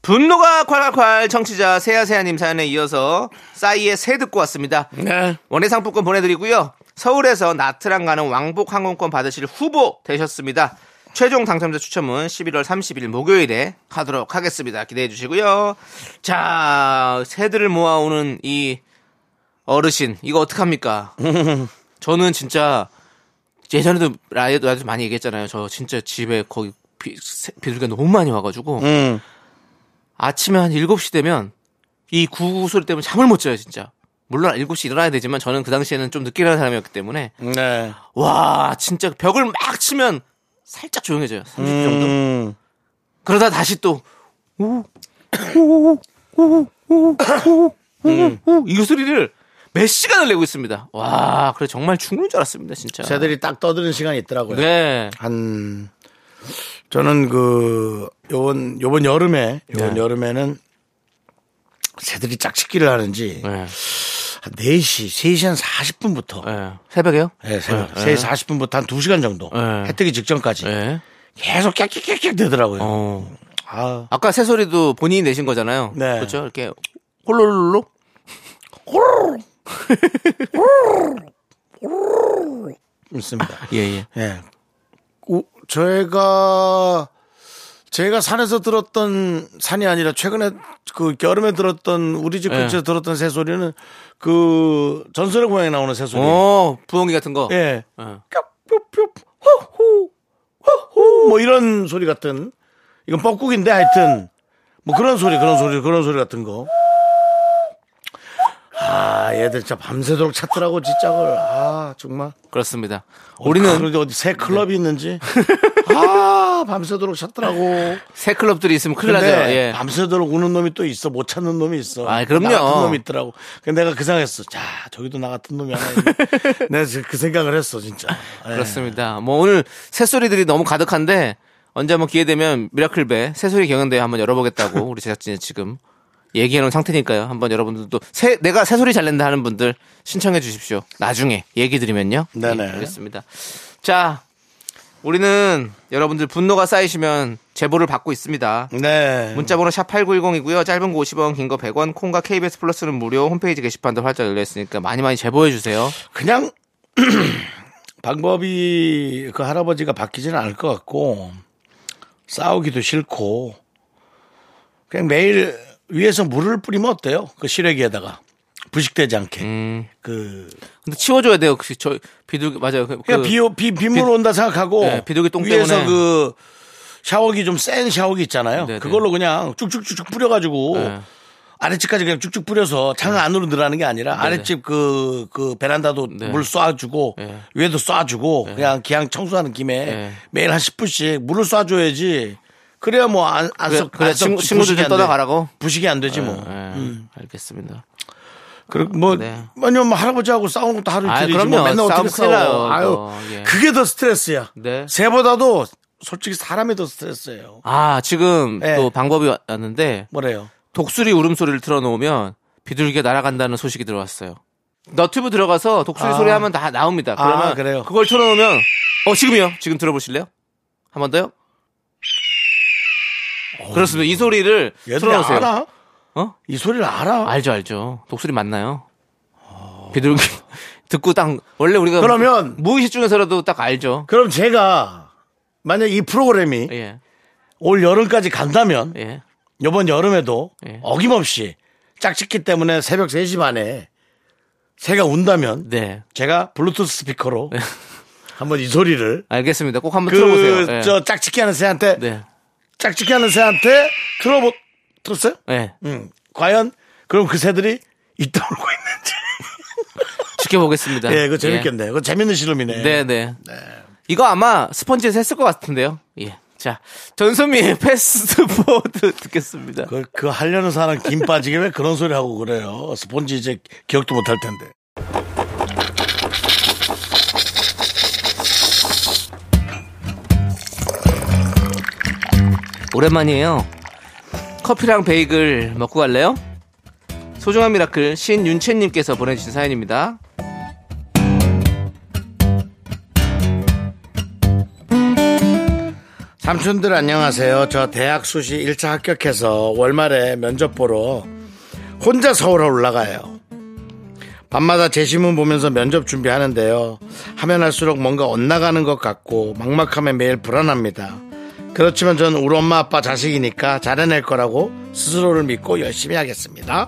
[SPEAKER 2] 분노가 콸콸콸 청취자 세아세아님 사연에 이어서 싸이의 새 듣고 왔습니다
[SPEAKER 1] 네.
[SPEAKER 2] 원예상품권 보내드리고요. 서울에서 나트랑 가는 왕복 항공권 받으실 후보 되셨습니다. 최종 당첨자 추첨은 11월 30일 목요일에 하도록 하겠습니다. 기대해 주시고요. 자, 새들을 모아오는 이 어르신, 이거 어떡합니까? 저는 진짜 예전에도 라이어도 많이 얘기했잖아요. 저 진짜 집에 거기 비, 새- 비둘기가 너무 많이 와가지고 아침에 한 7시 되면 이 구구 소리 때문에 잠을 못 자요, 진짜. 물론 7시 일어나야 되지만 저는 그 당시에는 좀 늦게 일어나는 사람이었기 때문에
[SPEAKER 1] 네.
[SPEAKER 2] 와, 진짜 벽을 막 치면 살짝 조용해져요. 30초 정도. 그러다 다시 또 오, 오, 오, 오, 오, 오, 오, 이 소리를 몇 시간을 내고 있습니다. 와, 그래 정말 죽는 줄 알았습니다, 진짜.
[SPEAKER 1] 새들이 딱 떠드는 시간이 있더라고요.
[SPEAKER 2] 네.
[SPEAKER 1] 한 저는 그 요번 요번 여름에 요번
[SPEAKER 2] 네.
[SPEAKER 1] 여름에는 새들이 짝짓기를 하는지
[SPEAKER 2] 네.
[SPEAKER 1] 한 4시, 3시 한 40분부터
[SPEAKER 2] 네. 새벽에요?
[SPEAKER 1] 네, 새벽 3시 40분부터 한 2시간 정도
[SPEAKER 2] 네.
[SPEAKER 1] 해 뜨기 직전까지
[SPEAKER 2] 네.
[SPEAKER 1] 계속 깨끼깨끼 되더라고요.
[SPEAKER 2] 어.
[SPEAKER 1] 아.
[SPEAKER 2] 아까 새 소리도 본인이 내신 거잖아요.
[SPEAKER 1] 네.
[SPEAKER 2] 그렇죠? 이렇게 홀로로로
[SPEAKER 1] 있습니다.
[SPEAKER 2] 예, 예.
[SPEAKER 1] 예. 오, 저희가 제가 산에서 들었던 산이 아니라 최근에 그 여름에 들었던 우리 집
[SPEAKER 2] 예.
[SPEAKER 1] 근처에 들었던 새 소리는 그 전설의 고향에 나오는 새 소리.
[SPEAKER 2] 어, 부엉이 같은 거.
[SPEAKER 1] 예.
[SPEAKER 2] 어.
[SPEAKER 1] 뿅뿅뿅 호호 호호 뭐 이런 소리 같은 이건 뻐꾸기인데 하여튼 뭐 그런 소리 그런 소리 그런 소리 같은 거. 아, 얘들 진짜 밤새도록 찾더라고 진짜 걸. 아, 정말.
[SPEAKER 2] 그렇습니다.
[SPEAKER 1] 우리는
[SPEAKER 2] 우리는 네.
[SPEAKER 1] 그런데 어디 새 클럽이 있는지 아 밤새도록 찾더라고.
[SPEAKER 2] 새 클럽들이 있으면 큰일 나죠.
[SPEAKER 1] 근데
[SPEAKER 2] 예.
[SPEAKER 1] 밤새도록 우는 놈이 또 있어 못 찾는 놈이 있어.
[SPEAKER 2] 아, 그럼요.
[SPEAKER 1] 나 같은 놈이 있더라고. 근데 내가 그 생각했어. 자 저기도 나 같은 놈이 하나 있네. 내가 지금 그 생각을 했어 진짜. 예.
[SPEAKER 2] 그렇습니다. 뭐 오늘 새소리들이 너무 가득한데 언제 한번 기회 되면 미라클배 새소리 경연대회 한번 열어보겠다고 우리 제작진이 지금 얘기해 놓은 상태니까요. 한번 여러분들도 새, 내가 새소리 잘 낸다 하는 분들 신청해 주십시오. 나중에 얘기 드리면요.
[SPEAKER 1] 네네.
[SPEAKER 2] 예, 알겠습니다. 자, 우리는 여러분들 분노가 쌓이시면 제보를 받고 있습니다.
[SPEAKER 1] 네.
[SPEAKER 2] 문자번호 샵 8910이고요. 짧은 거 50원, 긴 거 100원, 콩과 KBS 플러스는 무료. 홈페이지 게시판도 활짝 열려 있으니까 많이 많이 제보해 주세요.
[SPEAKER 1] 그냥 방법이 그 할아버지가 바뀌지는 않을 것 같고 싸우기도 싫고 그냥 매일 위에서 물을 뿌리면 어때요? 그 시래기에다가 부식되지 않게 그
[SPEAKER 2] 근데 치워줘야 돼요. 그, 저, 비둘기, 맞아요. 그,
[SPEAKER 1] 그냥
[SPEAKER 2] 그-
[SPEAKER 1] 비, 비, 빗물 온다 생각하고
[SPEAKER 2] 네, 비둘기 똥
[SPEAKER 1] 위에서
[SPEAKER 2] 때문에.
[SPEAKER 1] 그 샤워기 좀 센 샤워기 있잖아요.
[SPEAKER 2] 네네.
[SPEAKER 1] 그걸로 그냥 쭉쭉쭉쭉 뿌려가지고
[SPEAKER 2] 네.
[SPEAKER 1] 아랫집까지 그냥 쭉쭉 뿌려서 창 안으로 늘어나는 게 아니라 아랫집 그, 그 베란다도 물 쏴주고
[SPEAKER 2] 네.
[SPEAKER 1] 위에도 쏴주고 그냥 기왕 청소하는 김에
[SPEAKER 2] 네.
[SPEAKER 1] 매일 한 10분씩 물을 쏴줘야지 그래야 뭐 안, 안
[SPEAKER 2] 그래,
[SPEAKER 1] 썩,
[SPEAKER 2] 그래,
[SPEAKER 1] 안 썩,
[SPEAKER 2] 친구- 친구들
[SPEAKER 1] 부식이
[SPEAKER 2] 좀
[SPEAKER 1] 안 돼.
[SPEAKER 2] 떠나가라고?
[SPEAKER 1] 부식이 안 되지 뭐.
[SPEAKER 2] 예,
[SPEAKER 1] 음.
[SPEAKER 2] 알겠습니다.
[SPEAKER 1] 그래, 뭐,
[SPEAKER 2] 네.
[SPEAKER 1] 아니면 뭐 할아버지하고 싸우는 것도 하루
[SPEAKER 2] 아,
[SPEAKER 1] 이틀이지 뭐
[SPEAKER 2] 그럼요.
[SPEAKER 1] 맨날
[SPEAKER 2] 싸움
[SPEAKER 1] 어떻게
[SPEAKER 2] 큰일 나요,
[SPEAKER 1] 싸워.
[SPEAKER 2] 또.
[SPEAKER 1] 아유,
[SPEAKER 2] 예.
[SPEAKER 1] 그게 더 스트레스야.
[SPEAKER 2] 네.
[SPEAKER 1] 새보다도 솔직히 사람이 더 스트레스예요.
[SPEAKER 2] 아, 지금
[SPEAKER 1] 예.
[SPEAKER 2] 또 방법이 왔는데
[SPEAKER 1] 뭐래요?
[SPEAKER 2] 독수리 울음소리를 틀어놓으면 비둘기가 날아간다는 소식이 들어왔어요. 너튜브 들어가서 독수리
[SPEAKER 1] 아.
[SPEAKER 2] 소리 하면 다 나옵니다.
[SPEAKER 1] 아,
[SPEAKER 2] 그러면
[SPEAKER 1] 그래요?
[SPEAKER 2] 그걸 틀어놓으면 어 지금이요. 지금 들어보실래요? 한 번 더요. 그렇습니다. 이 소리를
[SPEAKER 1] 얘들이
[SPEAKER 2] 틀어놓으세요.
[SPEAKER 1] 알아?
[SPEAKER 2] 어?
[SPEAKER 1] 이 소리를 알아?
[SPEAKER 2] 알죠, 알죠. 독수리 맞나요? 비둘기 듣고 딱 원래 우리가
[SPEAKER 1] 어. 그러면-
[SPEAKER 2] 무의식 중에서라도 딱 알죠.
[SPEAKER 1] 그럼 제가 만약 이 프로그램이
[SPEAKER 2] 예,
[SPEAKER 1] 올 여름까지 간다면
[SPEAKER 2] 예.
[SPEAKER 1] 이번 여름에도
[SPEAKER 2] 예.
[SPEAKER 1] 어김없이 짝짓기 때문에 새벽 3시 반에 새가 운다면
[SPEAKER 2] 네,
[SPEAKER 1] 제가 블루투스 스피커로 한번 이 소리를
[SPEAKER 2] 알겠습니다. 꼭 한번
[SPEAKER 1] 그
[SPEAKER 2] 틀어보세요. 예.
[SPEAKER 1] 저 짝짓기 하는 새한테
[SPEAKER 2] 네,
[SPEAKER 1] 짝짓기 하는 새한테 들어보 들었어요?
[SPEAKER 2] 예.
[SPEAKER 1] 음. 과연 그럼 그 새들이 이따 울고 있는지.
[SPEAKER 2] 지켜보겠습니다.
[SPEAKER 1] 예, 그거
[SPEAKER 2] 예.
[SPEAKER 1] 재밌겠네. 그거 재밌는 실험이네.
[SPEAKER 2] 네, 네. 이거 아마 스펀지에서 했을 것 같은데요. 예. 자, 전소미의 패스트포드 듣겠습니다.
[SPEAKER 1] 그, 그 하려는 사람 김 빠지게 왜 그런 소리 하고 그래요? 스폰지 이제 기억도 못 할 텐데.
[SPEAKER 2] 오랜만이에요. 커피랑 베이글 먹고 갈래요? 소중한 미라클 신윤채님께서 보내주신 사연입니다.
[SPEAKER 1] 삼촌들 안녕하세요. 저 대학 수시 1차 합격해서 월말에 면접 보러 혼자 서울에 올라가요. 밤마다 제 신문 보면서 면접 준비하는데요. 하면 할수록 뭔가 엇나가는 것 같고 막막함에 매일 불안합니다. 그렇지만 전 우리 엄마 아빠 자식이니까 잘해낼 거라고 스스로를 믿고 열심히 하겠습니다.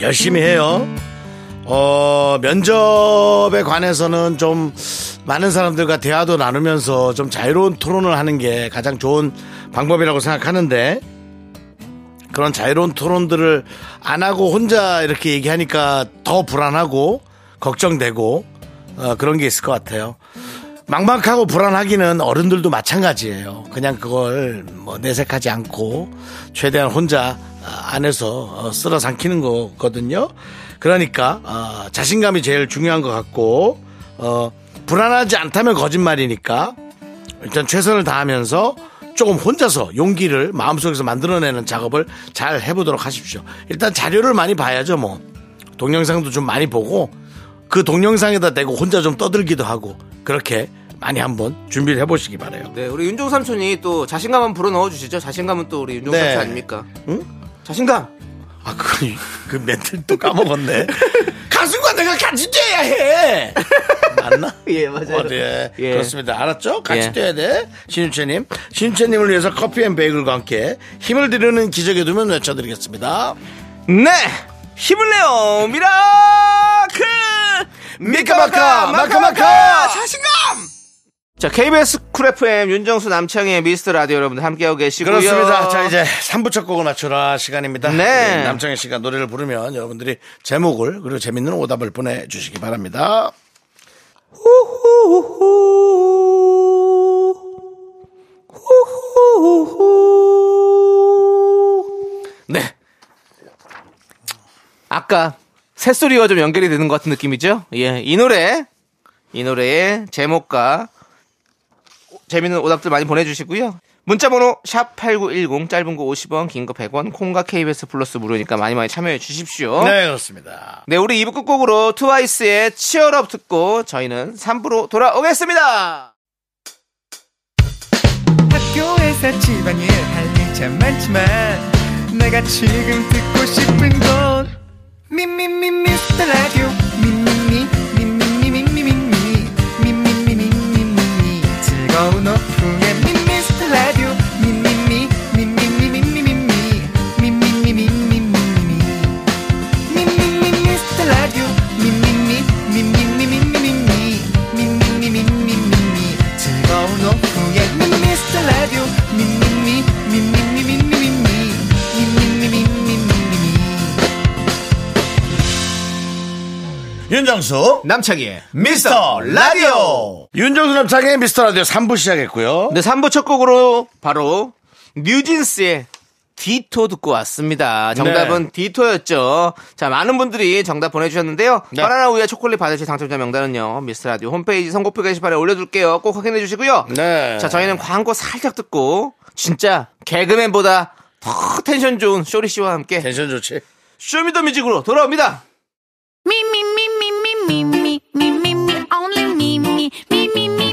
[SPEAKER 1] 열심히 해요. 어, 면접에 관해서는 좀 많은 사람들과 대화도 나누면서 좀 자유로운 토론을 하는 게 가장 좋은 방법이라고 생각하는데 그런 자유로운 토론들을 안 하고 혼자 이렇게 얘기하니까 더 불안하고 걱정되고 어, 그런 게 있을 것 같아요. 막막하고 불안하기는 어른들도 마찬가지예요. 그냥 그걸 뭐 내색하지 않고 최대한 혼자 아, 안에서 어, 쓸어 삼키는 거거든요. 그러니까 어, 자신감이 제일 중요한 것 같고 어, 불안하지 않다면 거짓말이니까 일단 최선을 다하면서 조금 혼자서 용기를 마음속에서 만들어내는 작업을 잘 해보도록 하십시오. 일단 자료를 많이 봐야죠, 뭐. 동영상도 좀 많이 보고 그 동영상에다 대고 혼자 좀 떠들기도 하고 그렇게 많이 한번 준비를 해보시기 바래요.
[SPEAKER 2] 네, 우리 윤종 삼촌이 또 자신감은 불어넣어 주시죠. 자신감은 또 우리 윤종
[SPEAKER 1] 네.
[SPEAKER 2] 삼촌 아닙니까? 자신감!
[SPEAKER 1] 아, 그, 그 멘트를 또 까먹었네. 가수가 내가 같이 뛰어야 해! 맞나?
[SPEAKER 2] 예, 맞아요.
[SPEAKER 1] 어, 네.
[SPEAKER 2] 예.
[SPEAKER 1] 그렇습니다. 알았죠? 같이
[SPEAKER 2] 예.
[SPEAKER 1] 뛰어야 돼. 신유채님. 신유채님을 위해서 커피 앤 베이글과 함께 힘을 드리는 기적의 두면 외쳐드리겠습니다.
[SPEAKER 2] 네! 힘을 내요! 미라클!
[SPEAKER 1] 미카마카! 마카마카!
[SPEAKER 2] 자, KBS 쿨 FM 윤정수 남창희의 미스터 라디오 여러분들 함께하고 계시고요.
[SPEAKER 1] 그렇습니다. 자, 이제 3부 첫 곡을 맞춰라 시간입니다. 예,
[SPEAKER 2] 네.
[SPEAKER 1] 남창희 씨가 노래를 부르면 여러분들이 제목을 그리고 재밌는 오답을 보내주시기 바랍니다.
[SPEAKER 2] 네. 아까 새소리와 좀 연결이 되는 것 같은 느낌이죠? 예, 이 노래, 이 노래의 제목과 재밌는 오답들 많이 보내주시고요. 문자번호 샵 8910 짧은 거 50원 긴 거 100원 콩과 KBS 플러스 무료니까 많이 많이 참여해 주십시오.
[SPEAKER 1] 네, 그렇습니다.
[SPEAKER 2] 네, 우리 2부 끝곡으로 트와이스의 치얼업 듣고 저희는 3부로 돌아오겠습니다.
[SPEAKER 8] 학교에서 집안일 할 일 참 많지만 내가 지금 듣고 싶은 건 미미미 미스터 라디오 미미미 미미미미미미 미미미미미미 즐거운 오후에 미스터 라디오 미미미 미미미미미미 미미미미미미미 미미미 미스터 라디오 미미미 미미미미미미 미미미미미미 즐거운 오후에 미스터 라디오
[SPEAKER 1] 윤정수
[SPEAKER 2] 남창희의 미스터 라디오.
[SPEAKER 1] 윤정수 남창의 미스터 라디오 3부 시작했고요.
[SPEAKER 2] 네, 3부 첫 곡으로 바로 뉴진스의 디토 듣고 왔습니다. 정답은 디토였죠. 자, 많은 분들이 정답 보내주셨는데요. 바나나 우유와 초콜릿 받으실 당첨자 명단은요. 미스터라디오 홈페이지 선곡표 게시판에 올려둘게요. 꼭 확인해 주시고요.
[SPEAKER 1] 네.
[SPEAKER 2] 자, 저희는 광고 살짝 듣고 진짜 개그맨보다 더 텐션 좋은 쇼리 씨와 함께
[SPEAKER 1] 텐션 좋지.
[SPEAKER 2] 쇼미더뮤직으로 돌아옵니다.
[SPEAKER 7] Me, me, me, me, me, me, me, me, me, me, only me, me, me, me, me,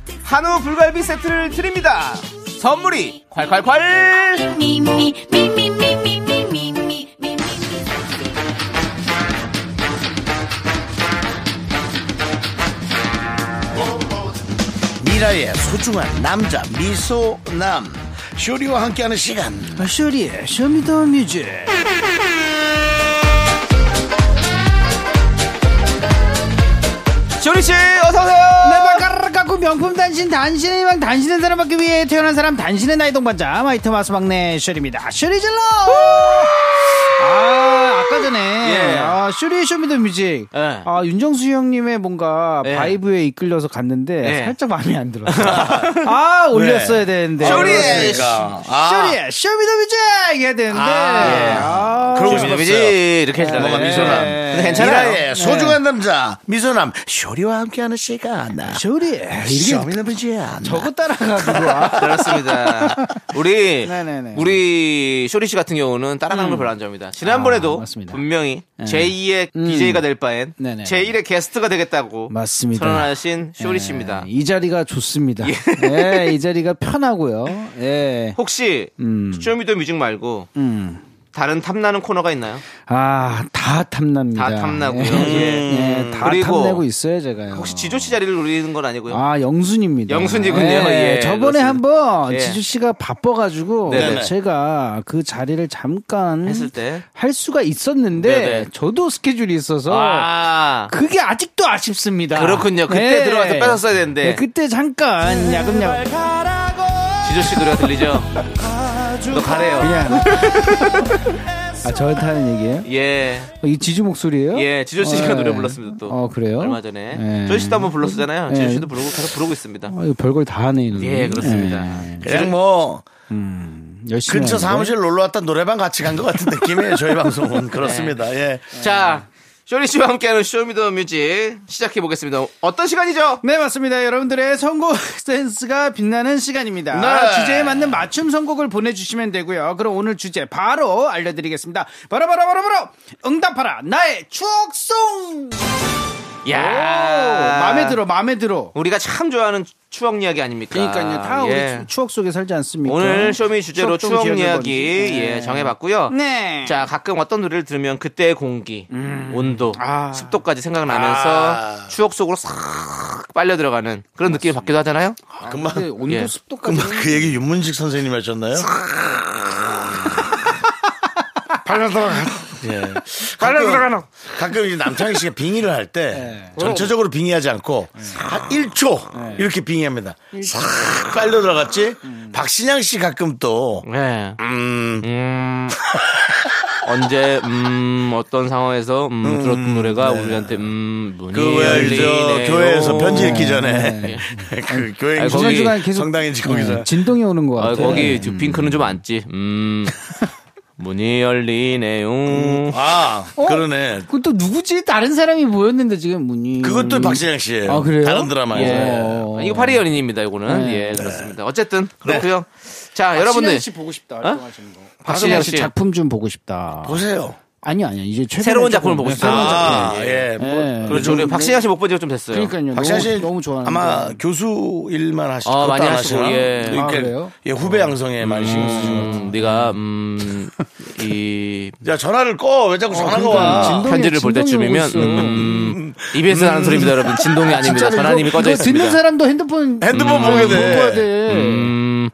[SPEAKER 2] 한우 불갈비 세트를 드립니다 선물이 콸콸콸
[SPEAKER 7] Me, me, me, me, me, me, me, me, me, me, me.
[SPEAKER 1] 미라의 소중한 남자, 미소남. 쇼리와 함께하는 시간.
[SPEAKER 8] 아, 쇼리의 쇼미더뮤직
[SPEAKER 2] 쇼리씨 어서오세요
[SPEAKER 8] 내발 까르르 깎고 명품 단신 단신의 희망 단신의 사람 받기 위해 태어난 사람 단신의 나이 동반자 마이트 마스 막내 슈리입니다 슈리 질러 아 아까 전에
[SPEAKER 2] 예.
[SPEAKER 8] 아, 슈리 쇼미더뮤직
[SPEAKER 2] 예.
[SPEAKER 8] 아 윤정수 형님의 뭔가
[SPEAKER 2] 예.
[SPEAKER 8] 바이브에 이끌려서 갔는데
[SPEAKER 2] 예.
[SPEAKER 8] 살짝 마음에 안 들었어 아 올렸어야 되는데
[SPEAKER 2] 쇼리의 네.
[SPEAKER 1] 그러니까.
[SPEAKER 8] 아, 쇼리의 쇼미더뮤직 해야 되는데
[SPEAKER 1] 예.
[SPEAKER 8] 아,
[SPEAKER 1] 그러고
[SPEAKER 2] 쇼미더뮤직 이렇게 해주잖아요. 네.
[SPEAKER 1] 뭔가 미소남.
[SPEAKER 2] 근데 괜찮아요. 네.
[SPEAKER 1] 미라의 소중한 남자, 미소남. 쇼리와 함께하는 시간. 아,
[SPEAKER 8] 쇼리 이게
[SPEAKER 1] 쇼미더뮤지야.
[SPEAKER 8] 저거 따라가지고 와.
[SPEAKER 2] 그렇습니다. 우리
[SPEAKER 8] 네네네.
[SPEAKER 2] 우리 쇼리 씨 같은 경우는 따라가는 걸 별로 안 좋아합니다. 지난번에도
[SPEAKER 8] 아, 맞습니다.
[SPEAKER 2] 분명히 제2의 DJ가 될 바엔
[SPEAKER 8] 네네.
[SPEAKER 2] 제1의 게스트가 되겠다고
[SPEAKER 8] 맞습니다.
[SPEAKER 2] 선언하신 쇼리
[SPEAKER 8] 예,
[SPEAKER 2] 씨입니다.
[SPEAKER 8] 이 자리가 좋습니다. 예, 이 자리가 편하고요. 예.
[SPEAKER 2] 혹시 쇼미더뮤직 말고
[SPEAKER 8] 음.
[SPEAKER 2] 다른 탐나는 코너가 있나요?
[SPEAKER 8] 아, 다 탐납니다.
[SPEAKER 2] 다 탐나고요.
[SPEAKER 8] 예,
[SPEAKER 2] 예.
[SPEAKER 8] 예, 다
[SPEAKER 2] 그리고
[SPEAKER 8] 탐내고 있어요, 제가요.
[SPEAKER 2] 혹시 지조 씨 자리를 노리는 건 아니고요.
[SPEAKER 8] 아, 영순입니다.
[SPEAKER 2] 영순이군요. 예,
[SPEAKER 8] 저번에
[SPEAKER 2] 그렇습니다.
[SPEAKER 8] 한번
[SPEAKER 2] 예.
[SPEAKER 8] 지주 씨가 바빠가지고
[SPEAKER 2] 네네.
[SPEAKER 8] 제가 그 자리를 잠깐
[SPEAKER 2] 했을 때.
[SPEAKER 8] 할 수가 있었는데
[SPEAKER 2] 네네.
[SPEAKER 8] 저도 스케줄이 있어서
[SPEAKER 2] 아.
[SPEAKER 8] 그게 아직도 아쉽습니다.
[SPEAKER 2] 그렇군요. 그때 들어가서 뺏었어야 되는데. 음.
[SPEAKER 8] 네, 그때 잠깐 야금야금.
[SPEAKER 2] 지조 씨 노래가 들리죠? 너 가래요.
[SPEAKER 8] 미안. 아 저한테 하는 얘기예요?
[SPEAKER 2] 예.
[SPEAKER 8] 어, 이 지주 목소리예요?
[SPEAKER 2] 예, 지조 씨가
[SPEAKER 8] 어,
[SPEAKER 2] 노래
[SPEAKER 8] 예.
[SPEAKER 2] 불렀습니다 또.
[SPEAKER 8] 어 그래요?
[SPEAKER 2] 얼마 전에.
[SPEAKER 8] 예.
[SPEAKER 2] 저희 씨도 한번 불렀었잖아요.
[SPEAKER 8] 예.
[SPEAKER 2] 지조 씨도 부르고 계속 부르고 있습니다.
[SPEAKER 8] 어, 이거 별걸 다 하네 이 노래.
[SPEAKER 2] 예, 그렇습니다.
[SPEAKER 8] 예,
[SPEAKER 1] 그냥 뭐
[SPEAKER 8] 열심히.
[SPEAKER 1] 근처
[SPEAKER 8] 하는데.
[SPEAKER 1] 사무실 놀러 왔다 노래방 같이 간 것 같은 느낌이에요. 저희 방송은
[SPEAKER 2] 네.
[SPEAKER 1] 그렇습니다. 예.
[SPEAKER 2] 자, 쇼리 씨와 함께하는 쇼미더뮤직 시작해 보겠습니다. 어떤 시간이죠?
[SPEAKER 8] 네 맞습니다. 여러분들의 선곡 센스가 빛나는 시간입니다.
[SPEAKER 1] 네.
[SPEAKER 8] 주제에 맞는 맞춤 선곡을 보내주시면 되고요. 그럼 오늘 주제 바로 알려드리겠습니다. 바로 바로 바로 바로 응답하라 나의 추억송.
[SPEAKER 2] 야,
[SPEAKER 8] 마음에 들어 마음에 들어.
[SPEAKER 2] 우리가 참 아. 좋아하는 추억 이야기 아닙니까?
[SPEAKER 8] 그러니까요 다
[SPEAKER 2] 예.
[SPEAKER 8] 우리 추- 추억 속에 살지 않습니까?
[SPEAKER 2] 오늘 쇼미 주제로
[SPEAKER 8] 추억 좀
[SPEAKER 2] 추억
[SPEAKER 8] 기억해보지.
[SPEAKER 2] 이야기
[SPEAKER 8] 네.
[SPEAKER 2] 예, 정해봤고요.
[SPEAKER 8] 네.
[SPEAKER 2] 자, 가끔 어떤 노래를 들으면 그때의 공기, 온도,
[SPEAKER 8] 아.
[SPEAKER 2] 습도까지 생각나면서
[SPEAKER 1] 아.
[SPEAKER 2] 추억 속으로 싹 빨려 들어가는 그런 느낌이 받기도 하잖아요.
[SPEAKER 1] 금방
[SPEAKER 8] 근데 온도
[SPEAKER 2] 예.
[SPEAKER 8] 습도까지
[SPEAKER 1] 금방 그 얘기 윤문식 선생님이 하셨나요? 빨려 들어가. 예. 빨려 들어가노. 가끔 이제 남창희 씨가 빙의를 할 때
[SPEAKER 2] 네.
[SPEAKER 1] 전체적으로 빙의하지 않고 한 1초 이렇게 빙의합니다. 싹 빨려 들어갔지?
[SPEAKER 2] 음.
[SPEAKER 1] 박신양 씨 가끔 또
[SPEAKER 2] 네.
[SPEAKER 1] 음,
[SPEAKER 2] 음, 언제 음 어떤 상황에서 음, 들었던
[SPEAKER 8] 네.
[SPEAKER 2] 노래가 우리한테 음 문이
[SPEAKER 1] 그왜
[SPEAKER 2] 열리네요. 네.
[SPEAKER 1] 교회에서 편지 읽기 전에 그 교회
[SPEAKER 2] 아니,
[SPEAKER 1] 지
[SPEAKER 2] 거기
[SPEAKER 8] 중간중간 네. 계속
[SPEAKER 1] 성당인지 거기서
[SPEAKER 8] 네, 진동이 오는 것
[SPEAKER 2] 아,
[SPEAKER 8] 같아요.
[SPEAKER 2] 거기 핑크는 좀 안지. 음 문이 열리네요.
[SPEAKER 1] 아,
[SPEAKER 8] 어?
[SPEAKER 1] 그러네.
[SPEAKER 8] 그건 또 누구지? 다른 사람이 모였는데 지금 문이.
[SPEAKER 1] 그것도 박신양 씨예요.
[SPEAKER 8] 아, 그래요?
[SPEAKER 1] 다른 드라마에서. 예.
[SPEAKER 8] 어.
[SPEAKER 2] 이거 파리 연인입니다. 이거는
[SPEAKER 8] 네.
[SPEAKER 2] 예 그렇습니다. 어쨌든 그렇고요. 자
[SPEAKER 8] 박신양
[SPEAKER 2] 여러분들
[SPEAKER 8] 씨 보고 싶다. 활동하시는 거.
[SPEAKER 2] 박신양
[SPEAKER 8] 박신양
[SPEAKER 2] 씨.
[SPEAKER 8] 씨 작품 좀 보고 싶다.
[SPEAKER 1] 어? 보세요.
[SPEAKER 8] 아니요, 아니요. 이제 최근에
[SPEAKER 2] 새로운
[SPEAKER 8] 조금-
[SPEAKER 2] 작품을 보고
[SPEAKER 8] 네,
[SPEAKER 2] 싶다.
[SPEAKER 8] 새로운 작품.
[SPEAKER 1] 아, 예. 뭐,
[SPEAKER 8] 예.
[SPEAKER 2] 그렇죠. 우리 박신양 씨 못 본 지가 좀 됐어요.
[SPEAKER 8] 그러니까요.
[SPEAKER 1] 박신양
[SPEAKER 8] 너무,
[SPEAKER 1] 씨
[SPEAKER 8] 너무 좋아하는.
[SPEAKER 1] 아마 교수 일만 하시고
[SPEAKER 2] 아, 많이 하시고, 예.
[SPEAKER 8] 아, 그래요?
[SPEAKER 1] 예, 후배 양성에 많이 신경 쓰시고.
[SPEAKER 2] 음, 네가 음이
[SPEAKER 1] 야, 전화를 꺼. 왜
[SPEAKER 8] 어,
[SPEAKER 1] 자꾸 전화가
[SPEAKER 8] 그러니까
[SPEAKER 1] 와?
[SPEAKER 2] 편지를 볼 때쯤이면 음, EBS 하는 소리입니다, 여러분. 진동이 아닙니다. 전화님이 꺼져 있습니다.
[SPEAKER 8] 듣는 사람도
[SPEAKER 1] 음.
[SPEAKER 8] 핸드폰
[SPEAKER 1] 핸드폰 보게 돼.
[SPEAKER 8] 보야 돼.
[SPEAKER 2] 음,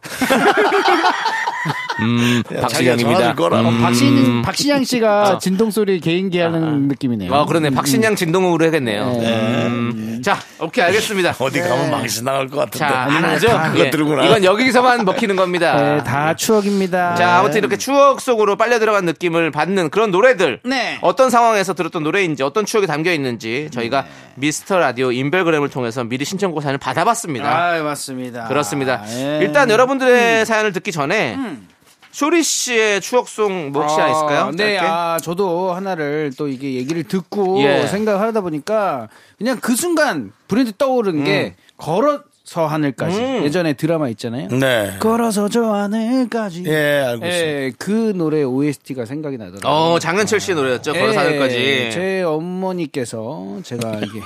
[SPEAKER 2] 음
[SPEAKER 1] 야, 자기가
[SPEAKER 2] 박신양입니다. 음.
[SPEAKER 1] 전화를 꺼라.
[SPEAKER 8] 어, 박신 박신양 씨가 진동 소리 개인기 하는 느낌이네요.
[SPEAKER 2] 아 그러네. 박신양 진동으로 해야겠네요. 음, 자, 오케이 알겠습니다.
[SPEAKER 1] 어디 가면 망신 나갈 것 같은데.
[SPEAKER 2] 자, 안 하죠.
[SPEAKER 1] 그거
[SPEAKER 2] 예.
[SPEAKER 1] 들구나.
[SPEAKER 2] 이건 여기서만 먹히는 겁니다.
[SPEAKER 8] 네, 다 추억입니다.
[SPEAKER 2] 자, 아무튼 이렇게 추억 속으로 빨려 들어간 느낌을 받는 그런 노래들.
[SPEAKER 8] 네.
[SPEAKER 2] 어떤 상황에서 들었던 노래인지, 어떤 추억이 담겨 있는지 저희가 미스터 라디오 인별그램을 통해서 미리 신청곡 사연을 받아봤습니다.
[SPEAKER 8] 아, 맞습니다.
[SPEAKER 2] 그렇습니다.
[SPEAKER 8] 예.
[SPEAKER 2] 일단 여러분들의 사연을 듣기 전에 쇼리 씨의 추억송 뭐 혹시 하나 있을까요?
[SPEAKER 8] 음. 아, 네,
[SPEAKER 2] 짧게?
[SPEAKER 8] 아, 저도 하나를 또 이게 얘기를 듣고
[SPEAKER 2] 예.
[SPEAKER 8] 생각을 하다 보니까 그냥 그 순간 브랜드 떠오른 게
[SPEAKER 2] 음.
[SPEAKER 8] 걸어서 하늘까지 예전에 드라마 있잖아요.
[SPEAKER 1] 네.
[SPEAKER 8] 걸어서 저 하늘까지.
[SPEAKER 1] 예, 알고 있습니다.
[SPEAKER 8] 예, 그 노래 OST가 생각이 나더라고요.
[SPEAKER 2] 어, 장은철 씨의 노래였죠. 걸어
[SPEAKER 8] 예,
[SPEAKER 2] 사늘까지.
[SPEAKER 8] 제 어머니께서 제가 이게